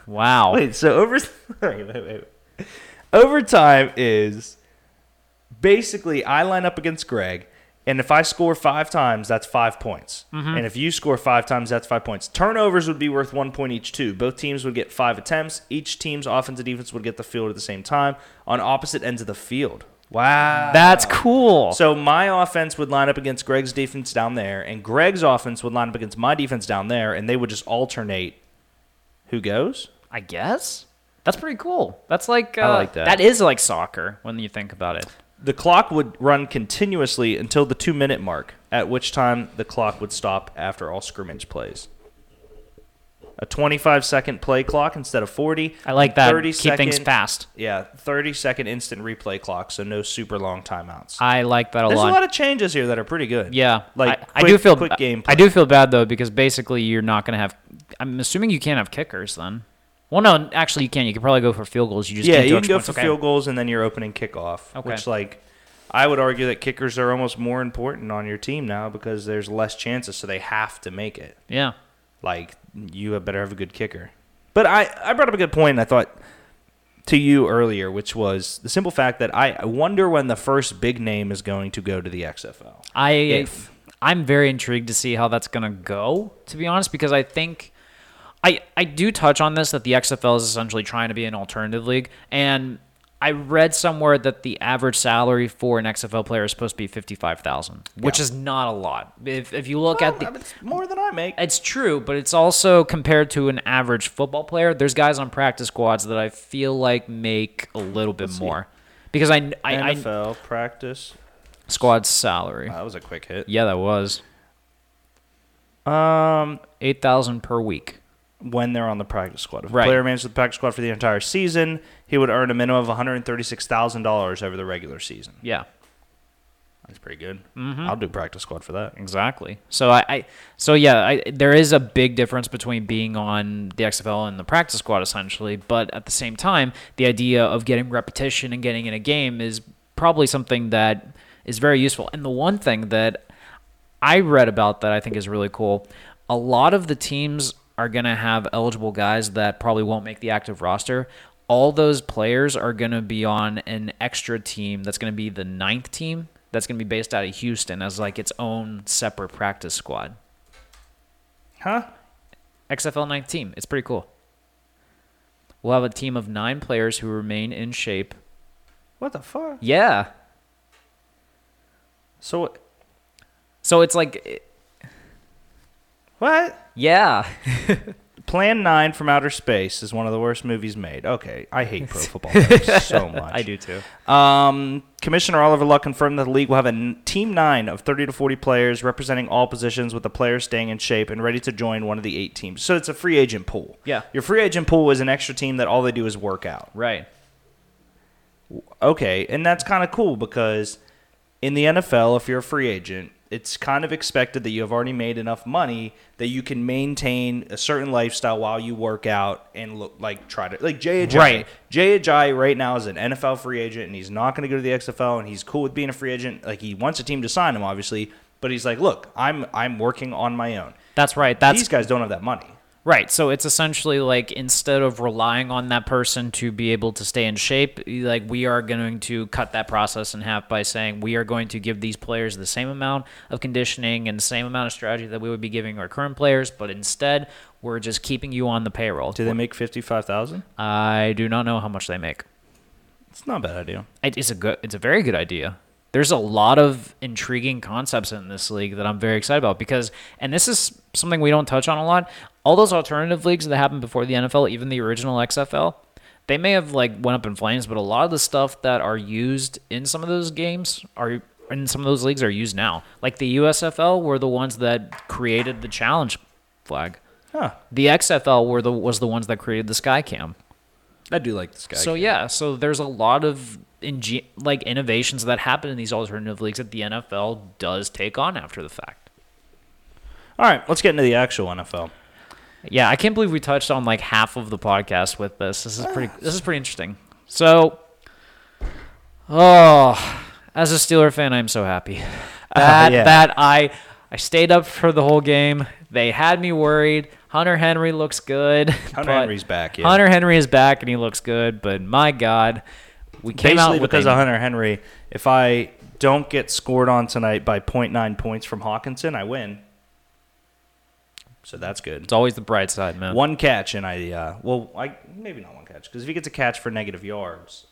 Wow.
Wait, so over wait, wait, wait. overtime is basically I line up against Greg, and if I score five times, that's five points. And if you score five times, that's five points. Turnovers would be worth one point each too. Both teams would get five attempts. Each team's offense and defense would get the field at the same time on opposite ends of the field. Wow.
That's cool.
So my offense would line up against Greg's defense down there, and Greg's offense would line up against my defense down there, and they would just alternate who goes.
I guess that's pretty cool. That's like uh,
I like that.
That is like soccer when you think about it.
The clock would run continuously until the two minute mark, at which time the clock would stop after all scrimmage plays. A 25 second play clock instead of 40.
I like that.
30
Keep things
second-
fast.
Yeah, 30 second instant replay clock, so no super long timeouts.
I like that a
There's
lot.
a lot of changes here that are pretty good.
yeah,
Like,
I, I do
quick-
feel
quick game
I do feel bad though because basically you're not gonna have. I'm assuming you can't have kickers then. Well, no, actually you can. You could probably go for field goals. You just
Yeah,
can't do
you can
extra
go
points.
for
Okay.
field goals and then your opening kickoff,
Okay.
which, like, I would argue that kickers are almost more important on your team now because there's less chances, so they have to make it.
Yeah,
like you had better have a good kicker. But I, I brought up a good point and I thought to you earlier, which was the simple fact that I I wonder when the first big name is going to go to the XFL.
I
If.
I'm very intrigued to see how that's gonna go. To be honest, because I think I I do touch on this that the XFL is essentially trying to be an alternative league, and I read somewhere that the average salary for an XFL player is supposed to be fifty five thousand, which
Yeah.
is not a lot. If if you look at the
it's more than Oh, I make.
it's true, but it's also compared to an average football player. There's guys on practice squads that I feel like make a little bit more because I, I, I
NFL practice.
squad salary.
Wow, that was a quick hit.
Yeah, that was
Um,
eight thousand per week.
when they're on the practice squad, if a
Right.
player remains with the practice squad for the entire season, he would earn a minimum of one hundred thirty-six thousand dollars over the regular season.
Yeah,
That's pretty good. I'll do practice squad for that.
exactly. So I, I so yeah, I, there is a big difference between being on the XFL and the practice squad essentially, but at the same time, the idea of getting repetition and getting in a game is probably something that is very useful. And the one thing that I read about that I think is really cool, a lot of the teams are going to have eligible guys that probably won't make the active roster. All those players are going to be on an extra team that's going to be the ninth team that's going to be based out of Houston as like its own separate practice squad.
Huh?
XFL 9 team. It's pretty cool. We'll have a team of nine players who remain in shape.
What the fuck?
Yeah.
So
So it's like
What?
Yeah.
Plan 9 from Outer Space is one of the worst movies made. Okay, I hate pro football Network so much.
I do too.
Um, Commissioner Oliver Luck confirmed that the league will have a n- team 9 of 30 to 40 players representing all positions with the players staying in shape and ready to join one of the 8 teams. So it's a free agent pool.
Yeah.
Your free agent pool is an extra team that all they do is work out.
Right.
Okay, and that's kind of cool because in the NFL, if you're a free agent, it's kind of expected that you have already made enough money that you can maintain a certain lifestyle while you work out and look like try to like Jay Ajayi.
Right.
Jay Ajayi right now is an NFL free agent and he's not going to go to the XFL and he's cool with being a free agent. Like he wants a team to sign him, obviously, but he's like, look, I'm I'm working on my own.
That's right. That's
These guys don't have that money.
Right. So it's essentially like instead of relying on that person to be able to stay in shape, like we are going to cut that process in half by saying we are going to give these players the same amount of conditioning and the same amount of strategy that we would be giving our current players, but instead we're just keeping you on the payroll.
Do they make fifty five thousand?
I do not know how much they make.
It's not a bad idea.
It- It's a good it's a very good idea. There's a lot of intriguing concepts in this league that I'm very excited about because and this is something we don't touch on a lot. All those alternative leagues that happened before the NFL, even the original XFL, they may have like went up in flames, but a lot of the stuff that are used in some of those games are in some of those leagues are used now. Like the USFL were the ones that created the challenge flag.
Huh.
The XFL were the was the ones that created the sky cam.
I do like this guy.
So yeah, so there's a lot of inge- like innovations that happen in these alternative leagues that the NFL does take on after the fact.
All right, let's get into the actual NFL.
Yeah, I can't believe we touched on like half of the podcast with this. This is
Ah.
pretty. This is pretty interesting. So, oh, as a Steeler fan, I'm so happy that
yeah.
that I I stayed up for the whole game. They had me worried. Hunter Henry looks good.
Hunter
but-
Henry's back. Yeah.
Hunter Henry is back and he looks good, but my God, we came
Basically,
out with
because
a
of Hunter Henry, if I don't get scored on tonight by 0.9 points from Hawkinson, I win. So that's good.
It's always the bright side, man.
One catch, and I uh, well, I maybe not one catch because if he gets a catch for negative yards,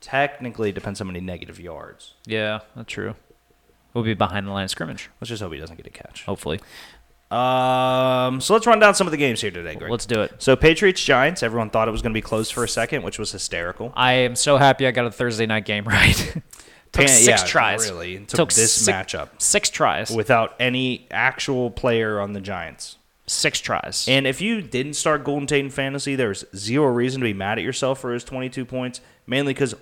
technically it depends how many negative yards.
Yeah, that's true. We'll be behind the line of scrimmage,
Let's just hope he doesn't get a catch.
hopefully.
Um, so let's run down some of the games here today, Greg.
Let's do it.
so Patriots Giants. Everyone thought it was going to be close for a second, which was hysterical.
I am so happy I got a Thursday night game right. took
Yeah,
six
yeah,
tries.
Really, took, this
six,
matchup
Six tries.
without any actual player on the Giants.
six tries.
And if you didn't start Golden Tate in fantasy, there's zero reason to be mad at yourself for his 22 points, mainly because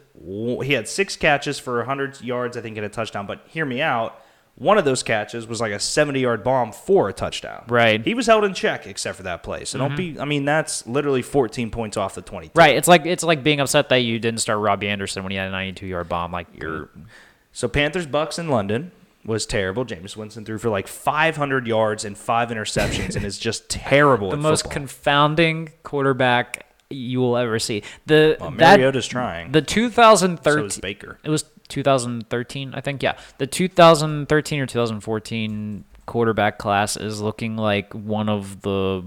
he had six catches for 100 yards, I think, and a touchdown. But hear me out. One of those catches was like a 70 yard bomb for a touchdown.
Right. Mm-hmm.
He was held in check except for that play. So don't be, I mean, that's literally 14 points off the 22.
right. It's like it's like being upset that you didn't start Robbie Anderson when he had a 92 yard bomb. Like you're
So Panthers Bucks in London was terrible. James Winston threw for like 500 yards and five interceptions and is just terrible
the
at
most
football.
confounding quarterback you will ever see. The
Well,
that-
Mariota's trying.
The 2013
So is Baker.
It was 2013, I think. Yeah, the 2013 or 2014 quarterback class is looking like one of the.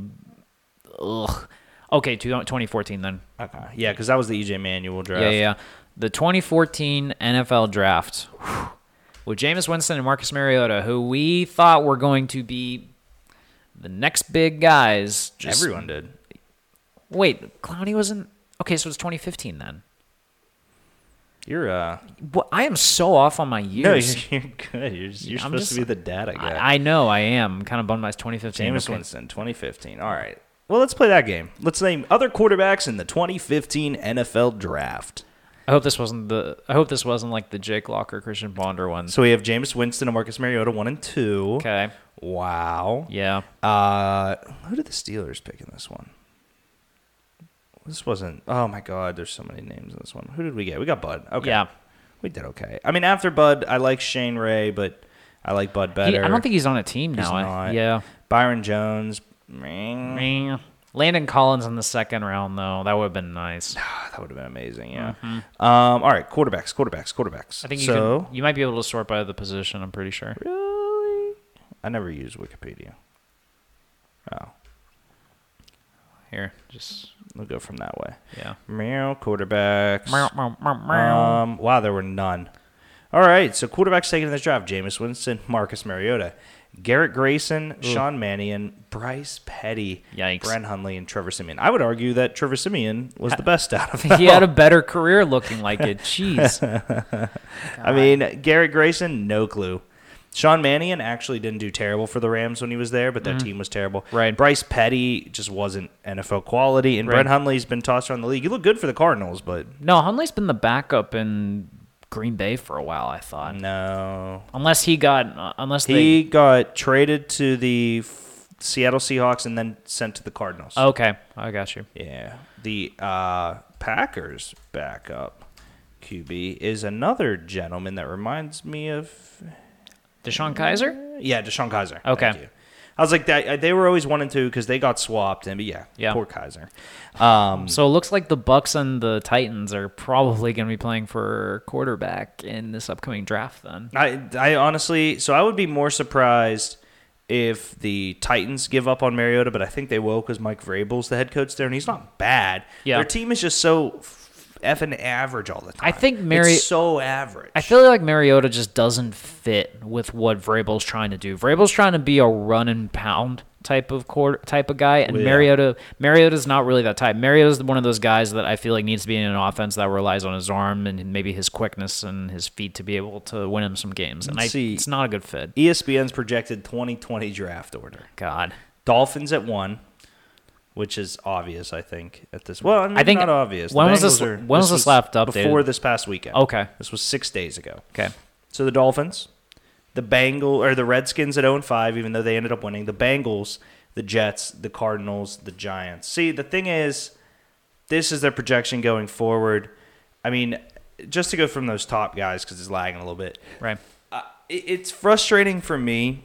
Ugh. Okay, 2014 then.
Okay. Yeah, because that was the EJ Manuel draft.
Yeah, yeah, yeah. The 2014 NFL draft whew, with Jameis Winston and Marcus Mariota, who we thought were going to be the next big guys. Just,
Everyone did.
Wait, Clowney wasn't. Okay, so it's 2015 then.
You're uh
Well, I am so off on my
no,
years.
you're, you're good. You're, you're
I'm
supposed
just-
to be the data guy.
I, I know I am. kind of bummed by 2015.
James
Okay.
Winston, 2015. All right. Well, let's play that game. Let's name other quarterbacks in the 2015 NFL Draft.
I hope this wasn't the. I hope this wasn't like the Jake Locker Christian Bonder one.
So we have James Winston and Marcus Mariota, one and two.
Okay.
Wow.
Yeah.
Uh, who did the Steelers pick in this one? This wasn't. Oh my God, there's so many names in this one. Who did we get? We got Bud. Okay.
Yeah.
We did okay. I mean, after Bud, I like Shane Ray, but I like Bud better.
He, I don't think he's on a team now.
He's
I-
not.
Yeah.
Byron Jones. Meh.
Meh. Landon Collins in the second round though. That would have been nice.
That would have been amazing. Yeah. Um. All right. Quarterbacks. Quarterbacks. Quarterbacks.
Mm-hmm. I think you
so.
can, you might be able to sort by the position. I'm pretty sure.
Really? I never use Wikipedia. Oh,
Here, just
we'll go from that way.
yeah.
Meow. Quarterbacks.
Meow, meow, meow, meow.
Um, wow, there were none. All right, so quarterbacks taken in this draft: Jameis Winston, Marcus Mariota, Garrett Grayson, Sean Mannion, Bryce Petty,
Yikes.
Brent Hundley, and Trevor Simeon. I would argue that Trevor Simeon was the best out of them.
He had a better career looking like it. Jeez.
I mean, Garrett Grayson, no clue. Sean Mannion actually didn't do terrible for the Rams when he was there, but their team was terrible.
Mm-hmm. Right.
Bryce Petty just wasn't NFL quality, and
Right.
Brent Hundley's been tossed around the league. He looked good for the Cardinals, but
No, Hundley's been the backup in Green Bay for a while, I thought.
no.
Unless he got, uh, unless
He got traded to the F- Seattle Seahawks and then sent to the Cardinals.
they. Okay, I got you.
Yeah. The uh, Packers backup QB is another gentleman that reminds me of
Deshaun Kaiser?
yeah, Deshaun Kaiser.
Okay.
Thank you. I was like that. uh, They were always one and two because they got swapped, and but yeah,
Yeah.
poor Kaiser. Um,
So it looks like the Bucks and the Titans are probably going to be playing for quarterback in this upcoming draft. Then
I, I honestly, so I would be more surprised if the Titans give up on Mariota, but I think they will because Mike Vrabel's the head coach there, and he's not bad.
Yeah.
Their team is just so f- effing average all the time.
I think Mari-
It's so average.
I feel like Mariota just doesn't fit with what Vrabel's trying to do. Vrabel's trying to be a run and pound type of quarter, type of guy, and
Yeah.
Mariota Mariota's not really that type. Mariota's one of those guys that I feel like needs to be in an offense that relies on his arm and maybe his quickness and his feet to be able to win him some games. And I,
See.
it's not a good fit.
ESPN's projected 2020 draft order.
God,
Dolphins at one, which is obvious, I think, at this Well, I
I think-
think not obvious. The
when was this-
Bengals are-
when was this last updated?
Before this past weekend.
Okay.
This was six days ago.
okay,
So the Dolphins, the Bengal or the Redskins at 0 and 5, even though they ended up winning, the Bengals, the Jets, the Cardinals, the Giants. See, the thing is, this is their projection going forward. I mean, just to go from those top guys because it's lagging a little bit
right,
uh, it- it's frustrating for me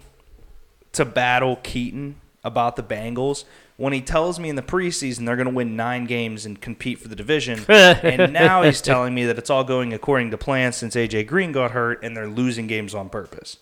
to battle Keaton about the Bengals when he tells me in the preseason they're going to win nine games and compete for the division, and now he's telling me that it's all going according to plan since AJ Green got hurt and they're losing games on purpose.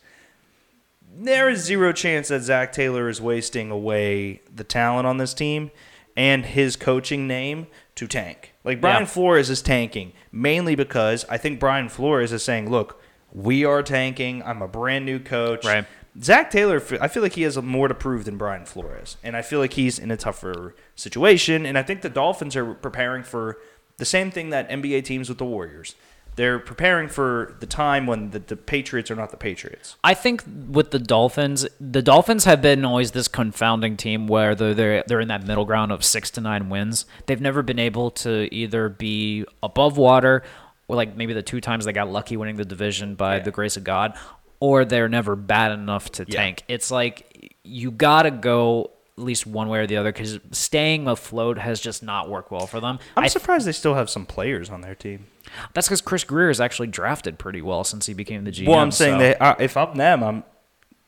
There is zero chance that Zach Taylor is wasting away the talent on this team and his coaching name to tank. Like Brian
Yeah.
Flores is tanking mainly because I think Brian Flores is saying, "Look, we are tanking. I'm a brand new coach."
Right.
Zach Taylor, I feel like he has more to prove than Brian Flores, and I feel like he's in a tougher situation. And I think the Dolphins are preparing for the same thing that NBA teams with the Warriors. They're preparing for the time when the, the Patriots are not the Patriots.
I think with the Dolphins, the Dolphins have been always this confounding team where they're they're, they're in that middle ground of six to nine wins. They've never been able to either be above water, or like maybe the two times they got lucky winning the division by the grace of God, or they're never bad enough to
Yeah.
tank. It's like you gotta go at least one way or the other because staying afloat has just not worked well for them.
I'm
I
surprised they still have some players on their team.
that's because Chris Greer is actually drafted pretty well since he became the GM.
Well, I'm saying
so-
that uh, if I'm them, I'm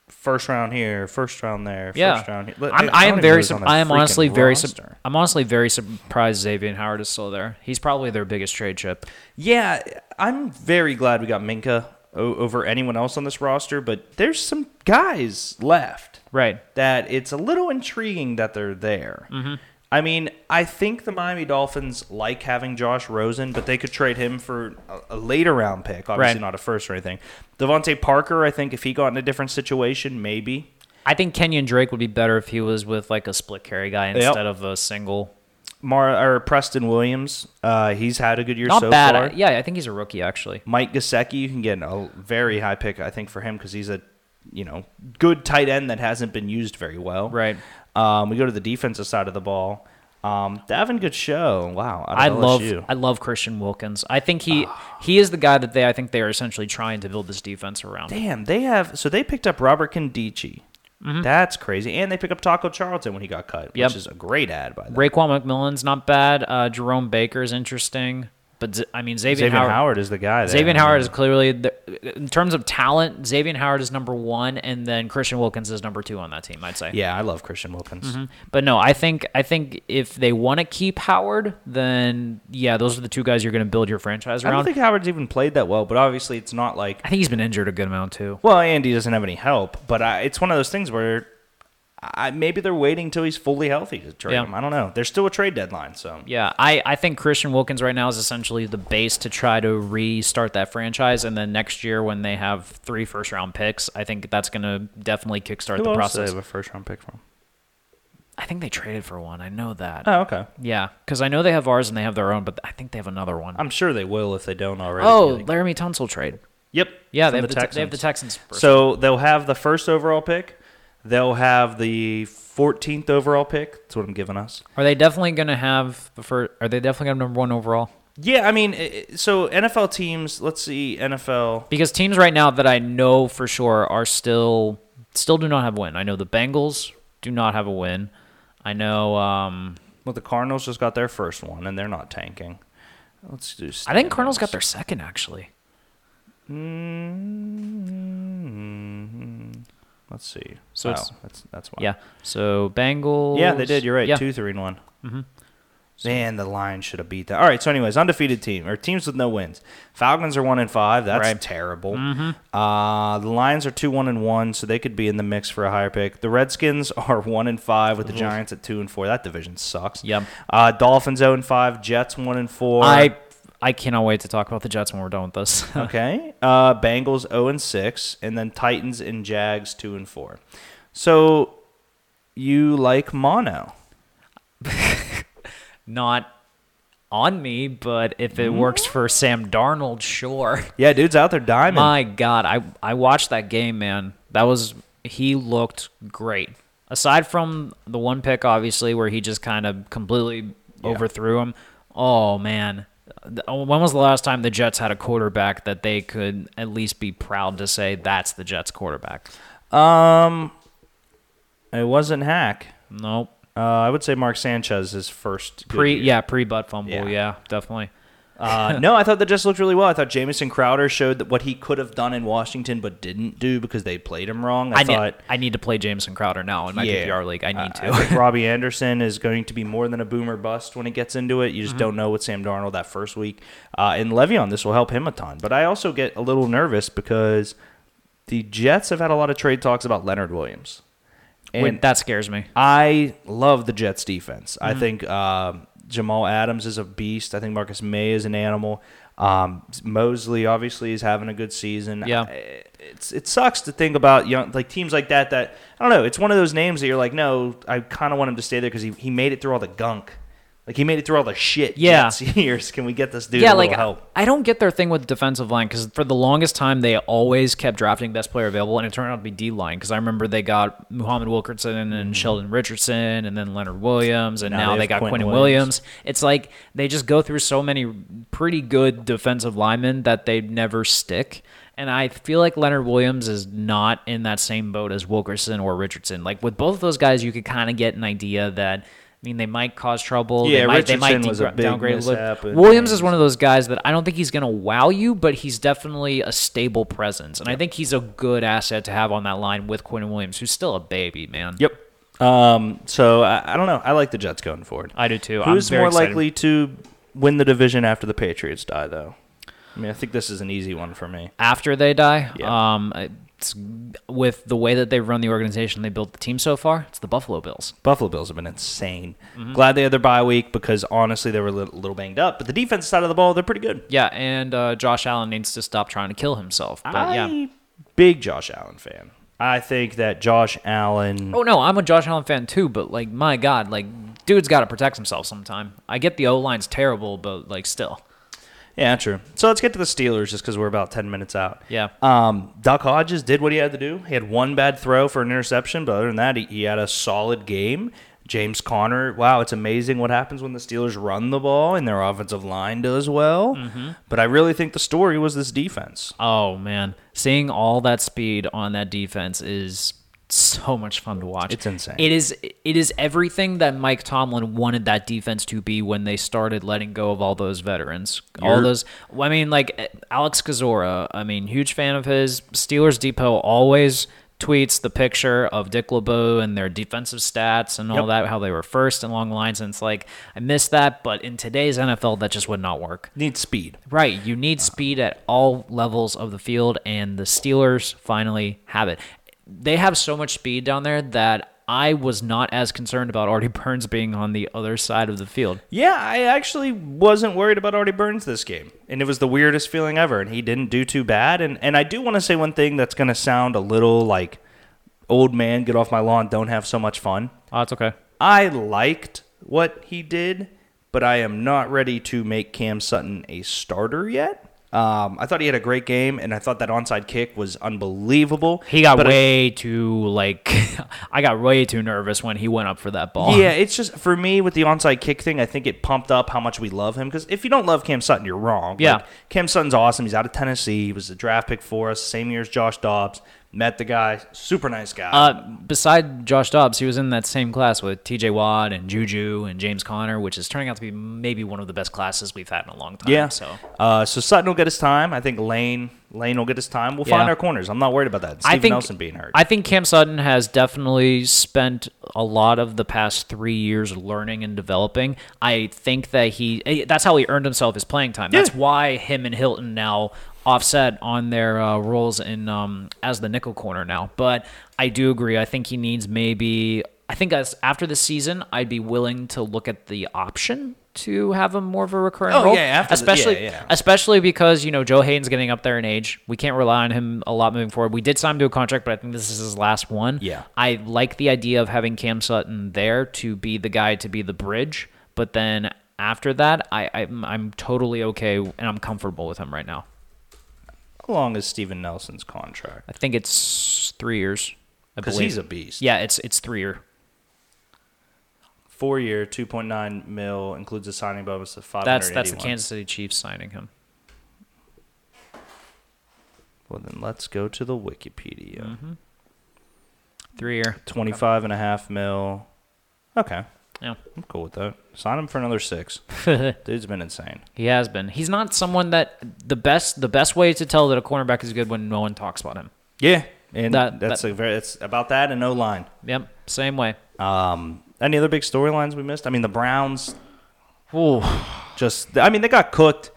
first round here, first round there,
yeah.
first round here. Look,
I'm,
they-
I
don't
am
even
very.
lose
Sur-
on their
I am
freaking
honestly very. Sur-
roster.
I'm honestly very surprised Xavier Howard is still there. He's probably their biggest trade chip.
Yeah, I'm very glad we got Minka o- over anyone else on this roster, but there's some guys left
Right. Mm-hmm.
that it's a little intriguing that they're there. I mean, I think the Miami Dolphins like having Josh Rosen, but they could trade him for a, a later round pick, obviously
Right.
not a first or anything. Devontae Parker, I think if he got in a different situation, maybe.
I think Kenyon Drake would be better if he was with like a split carry guy instead of a single.
Mar or Preston Williams, uh, he's had a good year
Not
so
bad.
far.
I- yeah, I think he's a rookie actually.
Mike Gesicki, you can get a very high pick, I think, for him because he's a you know good tight end that hasn't been used very well.
Right.
Um, we go to the defensive side of the ball. Um, Davin good show. Wow. out of
I love.
LSU.
I love Christian Wilkins. I think he
Ah.
he is the guy that they. I think they are essentially trying to build this defense around.
Damn, they have so they picked up Robert Condici. That's crazy, and they pick up Taco Charlton when he got cut,
Mm-hmm. Yep.
which is a great ad by them.
Raquan McMillan's not bad. Uh, Jerome Baker is interesting, but Z- I mean Xavier,
Xavier Howard,
Howard
is the guy. There.
Xavier Howard is clearly, the, in terms of talent, Xavier Howard is number one, and then Christian Wilkins is number two on that team. I'd say.
Yeah, I love Christian Wilkins.
But no, I think I think if they want to keep Howard, then yeah, those are the two guys you're going to build your franchise
I
around.
don't think Howard's even played that well, but obviously it's not like
I think he's been injured a good amount too.
Well, Andy doesn't have any help, but I, it's one of those things where I, maybe they're waiting till he's fully healthy to trade
Yeah.
him. I don't know. There's still a trade deadline, so
Yeah, I, I think Christian Wilkins right now is essentially the base to try to restart that franchise. And then next year, when they have three first round picks, I think that's going to definitely kickstart
who
the
else
process.
They have a first round pick from.
I think they traded for one. I know that.
Oh, okay.
yeah, because I know they have ours and they have their own, but I think they have another one.
I'm sure they will if they don't already.
oh, Laramie Tunsil trade.
yep.
Yeah,
from
they have the, Te- they have the
Texans.
Texans. first.
So they'll have the first overall pick. They'll have the 14th overall pick. That's what I'm giving us.
are they definitely going to have the first? Are they definitely going to have number one overall?
Yeah, I mean, i- i- so NFL teams. Let's see, NFL.
Because teams right now that I know for sure are still still do not have a win. I know the Bengals do not have a win. I know. Um,
Well, the Cardinals just got their first one, and they're not tanking. Let's do.
I think Cardinals got their second actually.
hmm Let's see. So
So it's-
that's that's why.
Yeah. So Bengals.
yeah, they did. You're right.
Yeah. Mm-hmm.
Two, three, and one. Man, the Lions should have beat that. All right. So, anyways, undefeated team or teams with no wins. Falcons are one and five. That's
Right. Mm-hmm.
terrible. Uh, the Lions are two, one and one, so they could be in the mix for a higher pick. The Redskins are one and five with the Giants at two and four. That division sucks.
Yep.
Uh, Dolphins zero and five. Jets one and four.
I I cannot wait to talk about the Jets when we're done with this.
okay. Uh, Bengals zero and six, and then Titans and Jags two and four. So you like mono?
not on me, but if it works for Sam Darnold, sure.
Yeah, dude's out there diamond.
My God, I I watched that game, man. That was he looked great. Aside from the one pick, obviously, where he just kind of completely overthrew him. Oh man, The- when was the last time the Jets had a quarterback that they could at least be proud to say that's the Jets quarterback?
Um, it wasn't Hack.
Nope.
Uh, I would say Mark Sanchez is first. good
Pre
year.
yeah pre butt fumble
Yeah.
yeah. definitely.
Uh, no, I thought that just looked really well. I thought Jamison Crowder showed that what he could have done in Washington but didn't do because they played him wrong. I,
I,
thought.
need, I need to play Jameson Crowder now in my
Yeah.
PPR league. I need
I-
to.
I think Robbie Anderson is going to be more than a boomer bust when he gets into it. You
Mm-hmm.
just don't know with Sam Darnold that first week. Uh, and Le'Veon, this will help him a ton. But I also get a little nervous because the Jets have had a lot of trade talks about Leonard Williams.
Wait, that scares me.
I love the Jets defense.
Mm.
I think um, Jamal Adams is a beast. I think Marcus May is an animal. Um, Mosley obviously is having a good season.
Yeah.
I- it's it sucks to think about young like teams like that. That I don't know. It's one of those names that you're like, no, I kind of want him to stay there because he he made it through all the gunk. Like he made it through all the shit.
Yeah.
Jets years. Can we get this dude? a
yeah,
little
like
help.
I don't get their thing with defensive line because for the longest time they always kept drafting best player available, and it turned out to be D line because I remember they got Muhammad Wilkerson and Sheldon Richardson, and then Leonard Williams, and
Mm-hmm. Now
now,
they
they
have
got
Quentin
Quentin
Williams.
Williams. It's like they just go through so many pretty good defensive linemen that they never stick. And I feel like Leonard Williams is not in that same boat as Wilkerson or Richardson. Like with both of those guys, you could kind of get an idea that. I mean, they might cause trouble.
Yeah,
they might, they might
Richardson was a
degra-
big
downgrade a little-
mishap and-
Williams is one of those guys that I don't think he's going to wow you, but he's definitely a stable presence, and I think he's a good asset to have on that line with Quinn Williams, who's still a baby, man.
Yep. Um. So I, I don't know. I like the Jets going forward.
I do too. I'm
Who's
very
more
excited.
likely to win the division after the Patriots die, though? I mean, I think this is an easy one for me.
after they die.
Yeah.
Um, it's, with the way that they run the organization, they built the team so far. It's the Buffalo Bills.
Buffalo Bills have been insane.
Mm-hmm.
Glad they had their bye week because honestly, they were a little, little banged up. But the defense side of the ball, they're pretty good.
Yeah, and uh, Josh Allen needs to stop trying to kill himself. But Uh, yeah.
I big Josh Allen fan. I think that Josh Allen.
Oh no, I'm a Josh Allen fan too, but like my God, like dude's got to protect himself sometime. I get the O line's terrible, but like still.
Yeah, true. So let's get to the Steelers just because we're about ten minutes out.
Yeah.
Um, Doc Hodges did what he had to do. He had one bad throw for an interception, but other than that, he, he had a solid game. James Conner, wow, it's amazing what happens when the Steelers run the ball and their offensive line does well. But I really think the story was this defense.
Oh man, seeing all that speed on that defense is so much fun to watch.
It's insane.
It is it is everything that Mike Tomlin wanted that defense to be when they started letting go of all those veterans. all
You're-
those I mean like Alex Kazora, I mean huge fan of his Steelers Depot always tweets the picture of Dick LeBeau and their defensive stats and
Yep.
all that how they were first and long lines and it's like I miss that but in today's NFL that just would not work.
Needs speed.
Right. You need speed at all levels of the field, and the Steelers finally have it. They have so much speed down there that I was not as concerned about Artie Burns being on the other side of the field.
Yeah, I actually wasn't worried about Artie Burns this game, and it was the weirdest feeling ever. And he didn't do too bad. And and I do want to say one thing that's going to sound a little like old man, get off my lawn, don't have so much fun.
Oh, it's okay.
I liked what he did, but I am not ready to make Cam Sutton a starter yet. Um, I thought he had a great game, and I thought that onside kick was unbelievable.
He got
But I-
way too like I got way too nervous when he went up for that ball.
Yeah, it's just for me with the onside kick thing. I think it pumped up how much we love him because if you don't love Cam Sutton, you're wrong.
Yeah.
Like, Cam Sutton's awesome. He's out of Tennessee. He was a draft pick for us, same year as Josh Dobbs. Met the guy, super nice guy.
Uh, beside Josh Dobbs, he was in that same class with T.J. Watt and Juju and James Conner, which is turning out to be maybe one of the best classes we've had in a long time.
yeah.
So
uh, so Sutton will get his time. I think Lane Lane will get his time. We'll find
Yeah.
our corners. I'm not worried about that. Steven
I think
Nelson being hurt.
I think Cam Sutton has definitely spent a lot of the past three years learning and developing. I think that he eh, that's how he earned himself his playing time. That's
Yeah.
why him and Hilton now offset on their uh, roles in um, as the nickel corner now. But I do agree. I think he needs maybe. I think as after the season, I'd be willing to look at the option to have him more of a recurring
Oh,
role,
yeah, after the-
especially
yeah, yeah.
especially because you know Joe Hayden's getting up there in age. We can't rely on him a lot moving forward. We did sign him to a contract, but I think this is his last one.
Yeah.
I like the idea of having Cam Sutton there to be the guy to be the bridge, but then after that, I I'm, I'm totally okay and I'm comfortable with him right now.
how long is Steven Nelson's contract?
I think it's three years. I
Because
believe.
he's a beast.
yeah, it's it's three year.
Four year, two point nine mil includes a signing bonus of five.
That's that's the Kansas City Chiefs signing him.
Well, then let's go to the Wikipedia.
Mm-hmm. Three year.
25 and a half mil. Okay.
Yeah.
I'm cool with that. Sign him for another six. Dude's been insane.
He has been. He's not someone that the best the best way to tell that a cornerback is good when no one talks about him.
Yeah. And
That-
that's a very, it's about that and no line.
Yep, same way.
Um, any other big storylines we missed? I mean, the Browns
Ooh,
just, I mean, they got cooked.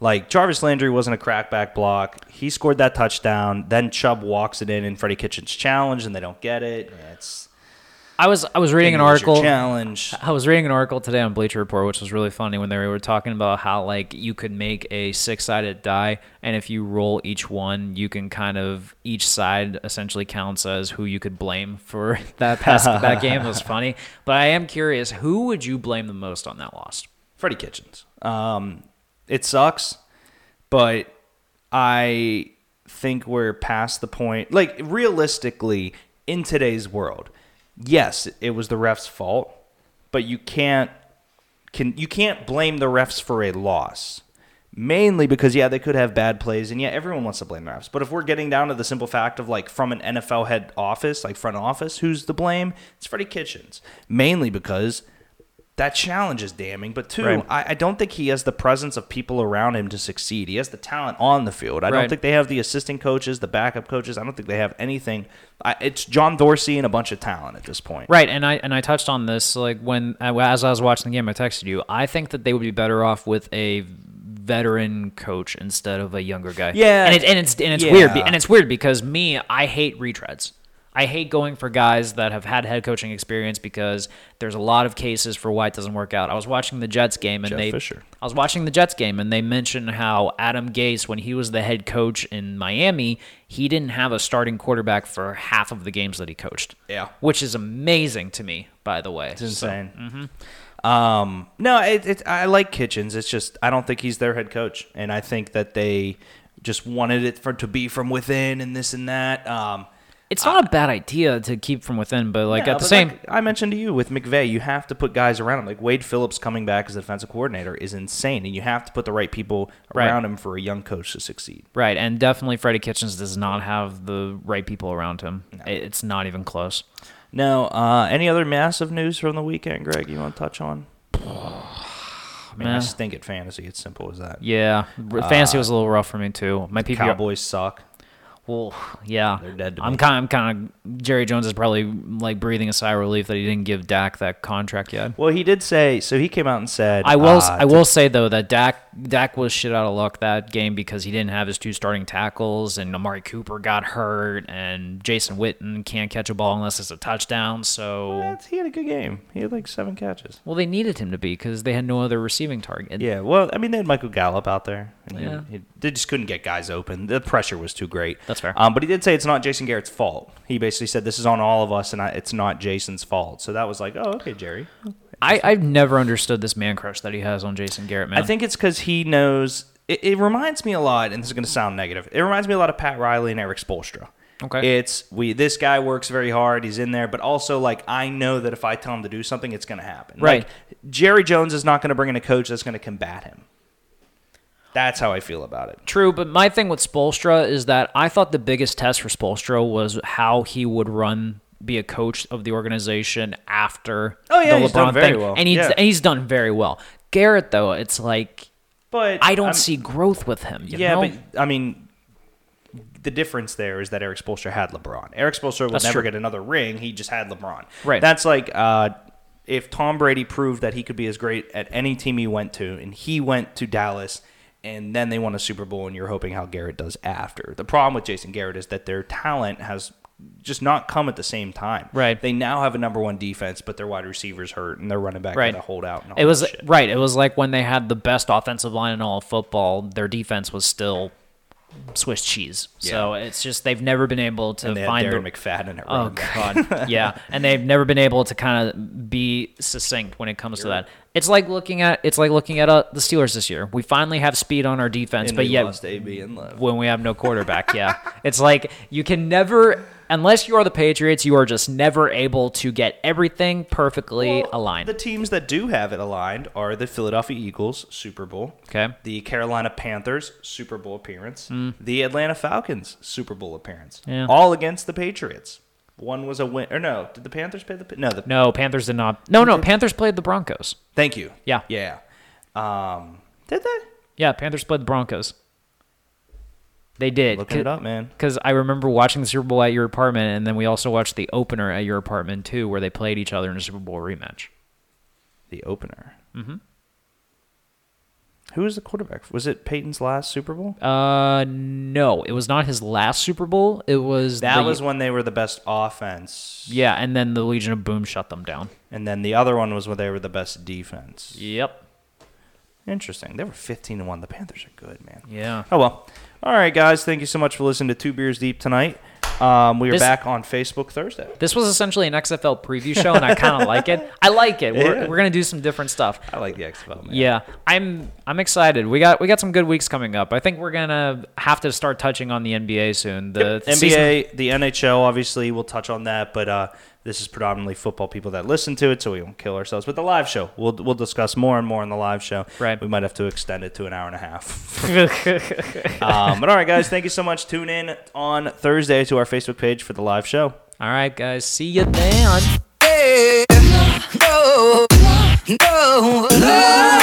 Like, Jarvis Landry wasn't a crackback block. He scored that touchdown. Then Chubb walks it in in Freddie Kitchen's challenge, and they don't get it. It's
I was I was reading an
English
article.
Challenge.
I was reading an article today on Bleacher Report, which was really funny when they were talking about how like you could make a six sided die, and if you roll each one, you can kind of each side essentially counts as who you could blame for that pass that game. It was funny, but I am curious, who would you blame the most on that loss?
Freddie Kitchens. Um, it sucks, but I think we're past the point. Like realistically, in today's world, yes, it was the ref's fault, but you can't can you can't blame the refs for a loss. Mainly because yeah, they could have bad plays, and yeah, everyone wants to blame the refs. But if we're getting down to the simple fact of like from an NFL head office, like front office, who's to blame? It's Freddie Kitchens. Mainly because that challenge is damning. But two,
Right.
I, I don't think he has the presence of people around him to succeed. He has the talent on the field. I
Right.
don't think they have the assistant coaches, the backup coaches. I don't think they have anything. I, it's John Dorsey and a bunch of talent at this point.
Right, and I and I touched on this like when uh, as I was watching the game, I texted you. I think that they would be better off with a veteran coach instead of a younger guy.
Yeah.
and, it, and it's and it's weird, be-
Yeah.
and it's weird because me, I hate retreads. I hate going for guys that have had head coaching experience because there's a lot of cases for why it doesn't work out. I was watching the Jets game and
Jeff
they
Fisher.
I was watching the Jets game and they mentioned how Adam Gase, when he was the head coach in Miami, he didn't have a starting quarterback for half of the games that he coached.
Yeah.
Which is amazing to me, by the way.
It's insane. Um, no, it, it, I like Kitchens. It's just I don't think he's their head coach, and I think that they just wanted it for to be from within and this and that. Um,
It's not a bad idea to keep from within, but like
yeah,
at the
but
same
like I mentioned to you with McVay, you have to put guys around him. Like Wade Phillips coming back as a defensive coordinator is insane, and you have to put the right people
Right.
around him for a young coach to succeed.
right, and definitely Freddie Kitchens does not have the right people around him. It- It's not even close.
Now, uh, any other massive news from the weekend, Greg? You want to touch on? I mean, I
Nah.
stink at fantasy. It's simple as that.
Yeah, r- fantasy was a little rough for me too. My PPR,
Cowboys suck.
Well, yeah,
They're dead to
I'm
me.
kind. I'm kind of. Jerry Jones is probably like breathing a sigh of relief that he didn't give Dak that contract yet.
Well, he did say so. He came out and said,
I will.
"Ah,
I will say though that Dak Dak was shit out of luck that game because he didn't have his two starting tackles, and Amari Cooper got hurt, and Jason Witten can't catch a ball unless it's a touchdown. So,
He had a good game. He had like seven catches.
well, they needed him to be because they had no other receiving target.
Yeah, well, I mean, they had Michael Gallup out there. And he-
Yeah.
he- they just couldn't get guys open. The pressure was too great.
That's fair.
Um, but he did say it's not Jason Garrett's fault. He basically said this is on all of us, and I, it's not Jason's fault. So that was like, oh, okay, Jerry.
I, I've never understood this man crush that he has on Jason Garrett.
I
Man,
think it's because he knows. It, it reminds me a lot, and this is going to sound negative. It reminds me a lot of Pat Riley and Eric Spolstra.
Okay.
It's we. This guy works very hard. He's in there, but also like I know that if I tell him to do something, it's going to happen.
Right.
Like, Jerry Jones is not going to bring in a coach that's going to combat him. That's how I feel about it.
True, but my thing with Spolstra is that I thought the biggest test for Spolstra was how he would run, be a coach of the organization after
Oh, yeah,
the
he's done very well.
and he's
Yeah.
and he's done very well. Garrett though, it's like
But
I don't
I'm-
see growth with him. you
Yeah,
know?
but I mean, the difference there is that Eric Spoelstra had LeBron. Eric Spoelstra would
That's
never
true.
get another ring. He just had LeBron.
Right.
That's like uh, if Tom Brady proved that he could be as great at any team he went to, and he went to Dallas. And then they won a Super Bowl, and you're hoping how Garrett does after. The problem with Jason Garrett is that their talent has just not come at the same time.
Right.
They now have a number one defense, but their wide receivers hurt, and their running back
Right.
had to hold out. And all
it was
that shit.
right. It was like when they had the best offensive line in all of football, their defense was still Swiss cheese. So it's just they've never been able to
And they had
find
Darren
the,
McFadden at
Oh
running back.
god, yeah, and they've never been able to kind of be succinct when it comes to that. It's like looking at it's like looking at uh, the Steelers this year. We finally have speed on our defense,
And
but
we
yet
lost AB and left.
when we have no quarterback, yeah, it's like you can never, unless you are the Patriots, you are just never able to get everything perfectly
Well,
aligned.
The teams that do have it aligned are the Philadelphia Eagles Super Bowl,
okay,
the Carolina Panthers Super Bowl appearance, the Atlanta Falcons Super Bowl appearance,
Hmm. Yeah.
all against the Patriots. One was a win, or no? Did the Panthers play the? Pa- No, the,
no Panthers did not. No, no Panthers played the Broncos.
Thank you.
Yeah.
yeah. Um, did they?
Yeah, Panthers played the Broncos. They did.
Looking it up, man.
Because I remember watching the Super Bowl at your apartment, and then we also watched the opener at your apartment too, where they played each other in a Super Bowl rematch.
The opener. Mm-hmm. Who was the quarterback? Was it Peyton's last Super Bowl?
Uh, no, it was not his last Super Bowl. It was
That
the-
was when they were the best offense,
yeah, and then the Legion of Boom shut them down.
and then the other one was when they were the best defense.
Yep.
Interesting. They were 15 to 1. The Panthers are good, man.
Yeah.
Oh, well. All right, guys. Thank you so much for listening to Two Beers Deep tonight. Um, we are
This-
back on Facebook Thursday.
This was essentially an XFL preview show, and I kind of like it. I like it. We're,
Yeah.
we're gonna do some different stuff.
I like the XFL, man.
Yeah, I'm I'm excited. We got we got some good weeks coming up. I think we're gonna have to start touching on the NBA soon. The
NBA,
season-
the NHL, obviously, we'll touch on that, but uh, this is predominantly football people that listen to it, so we won't kill ourselves. But the live show, we'll, we'll discuss more and more on the live show.
Right.
We might have to extend it to an hour and a half. um, but all right, guys, thank you so much. Tune in on Thursday to our Facebook page for the live show.
All right, guys. See you then.
no, no, no.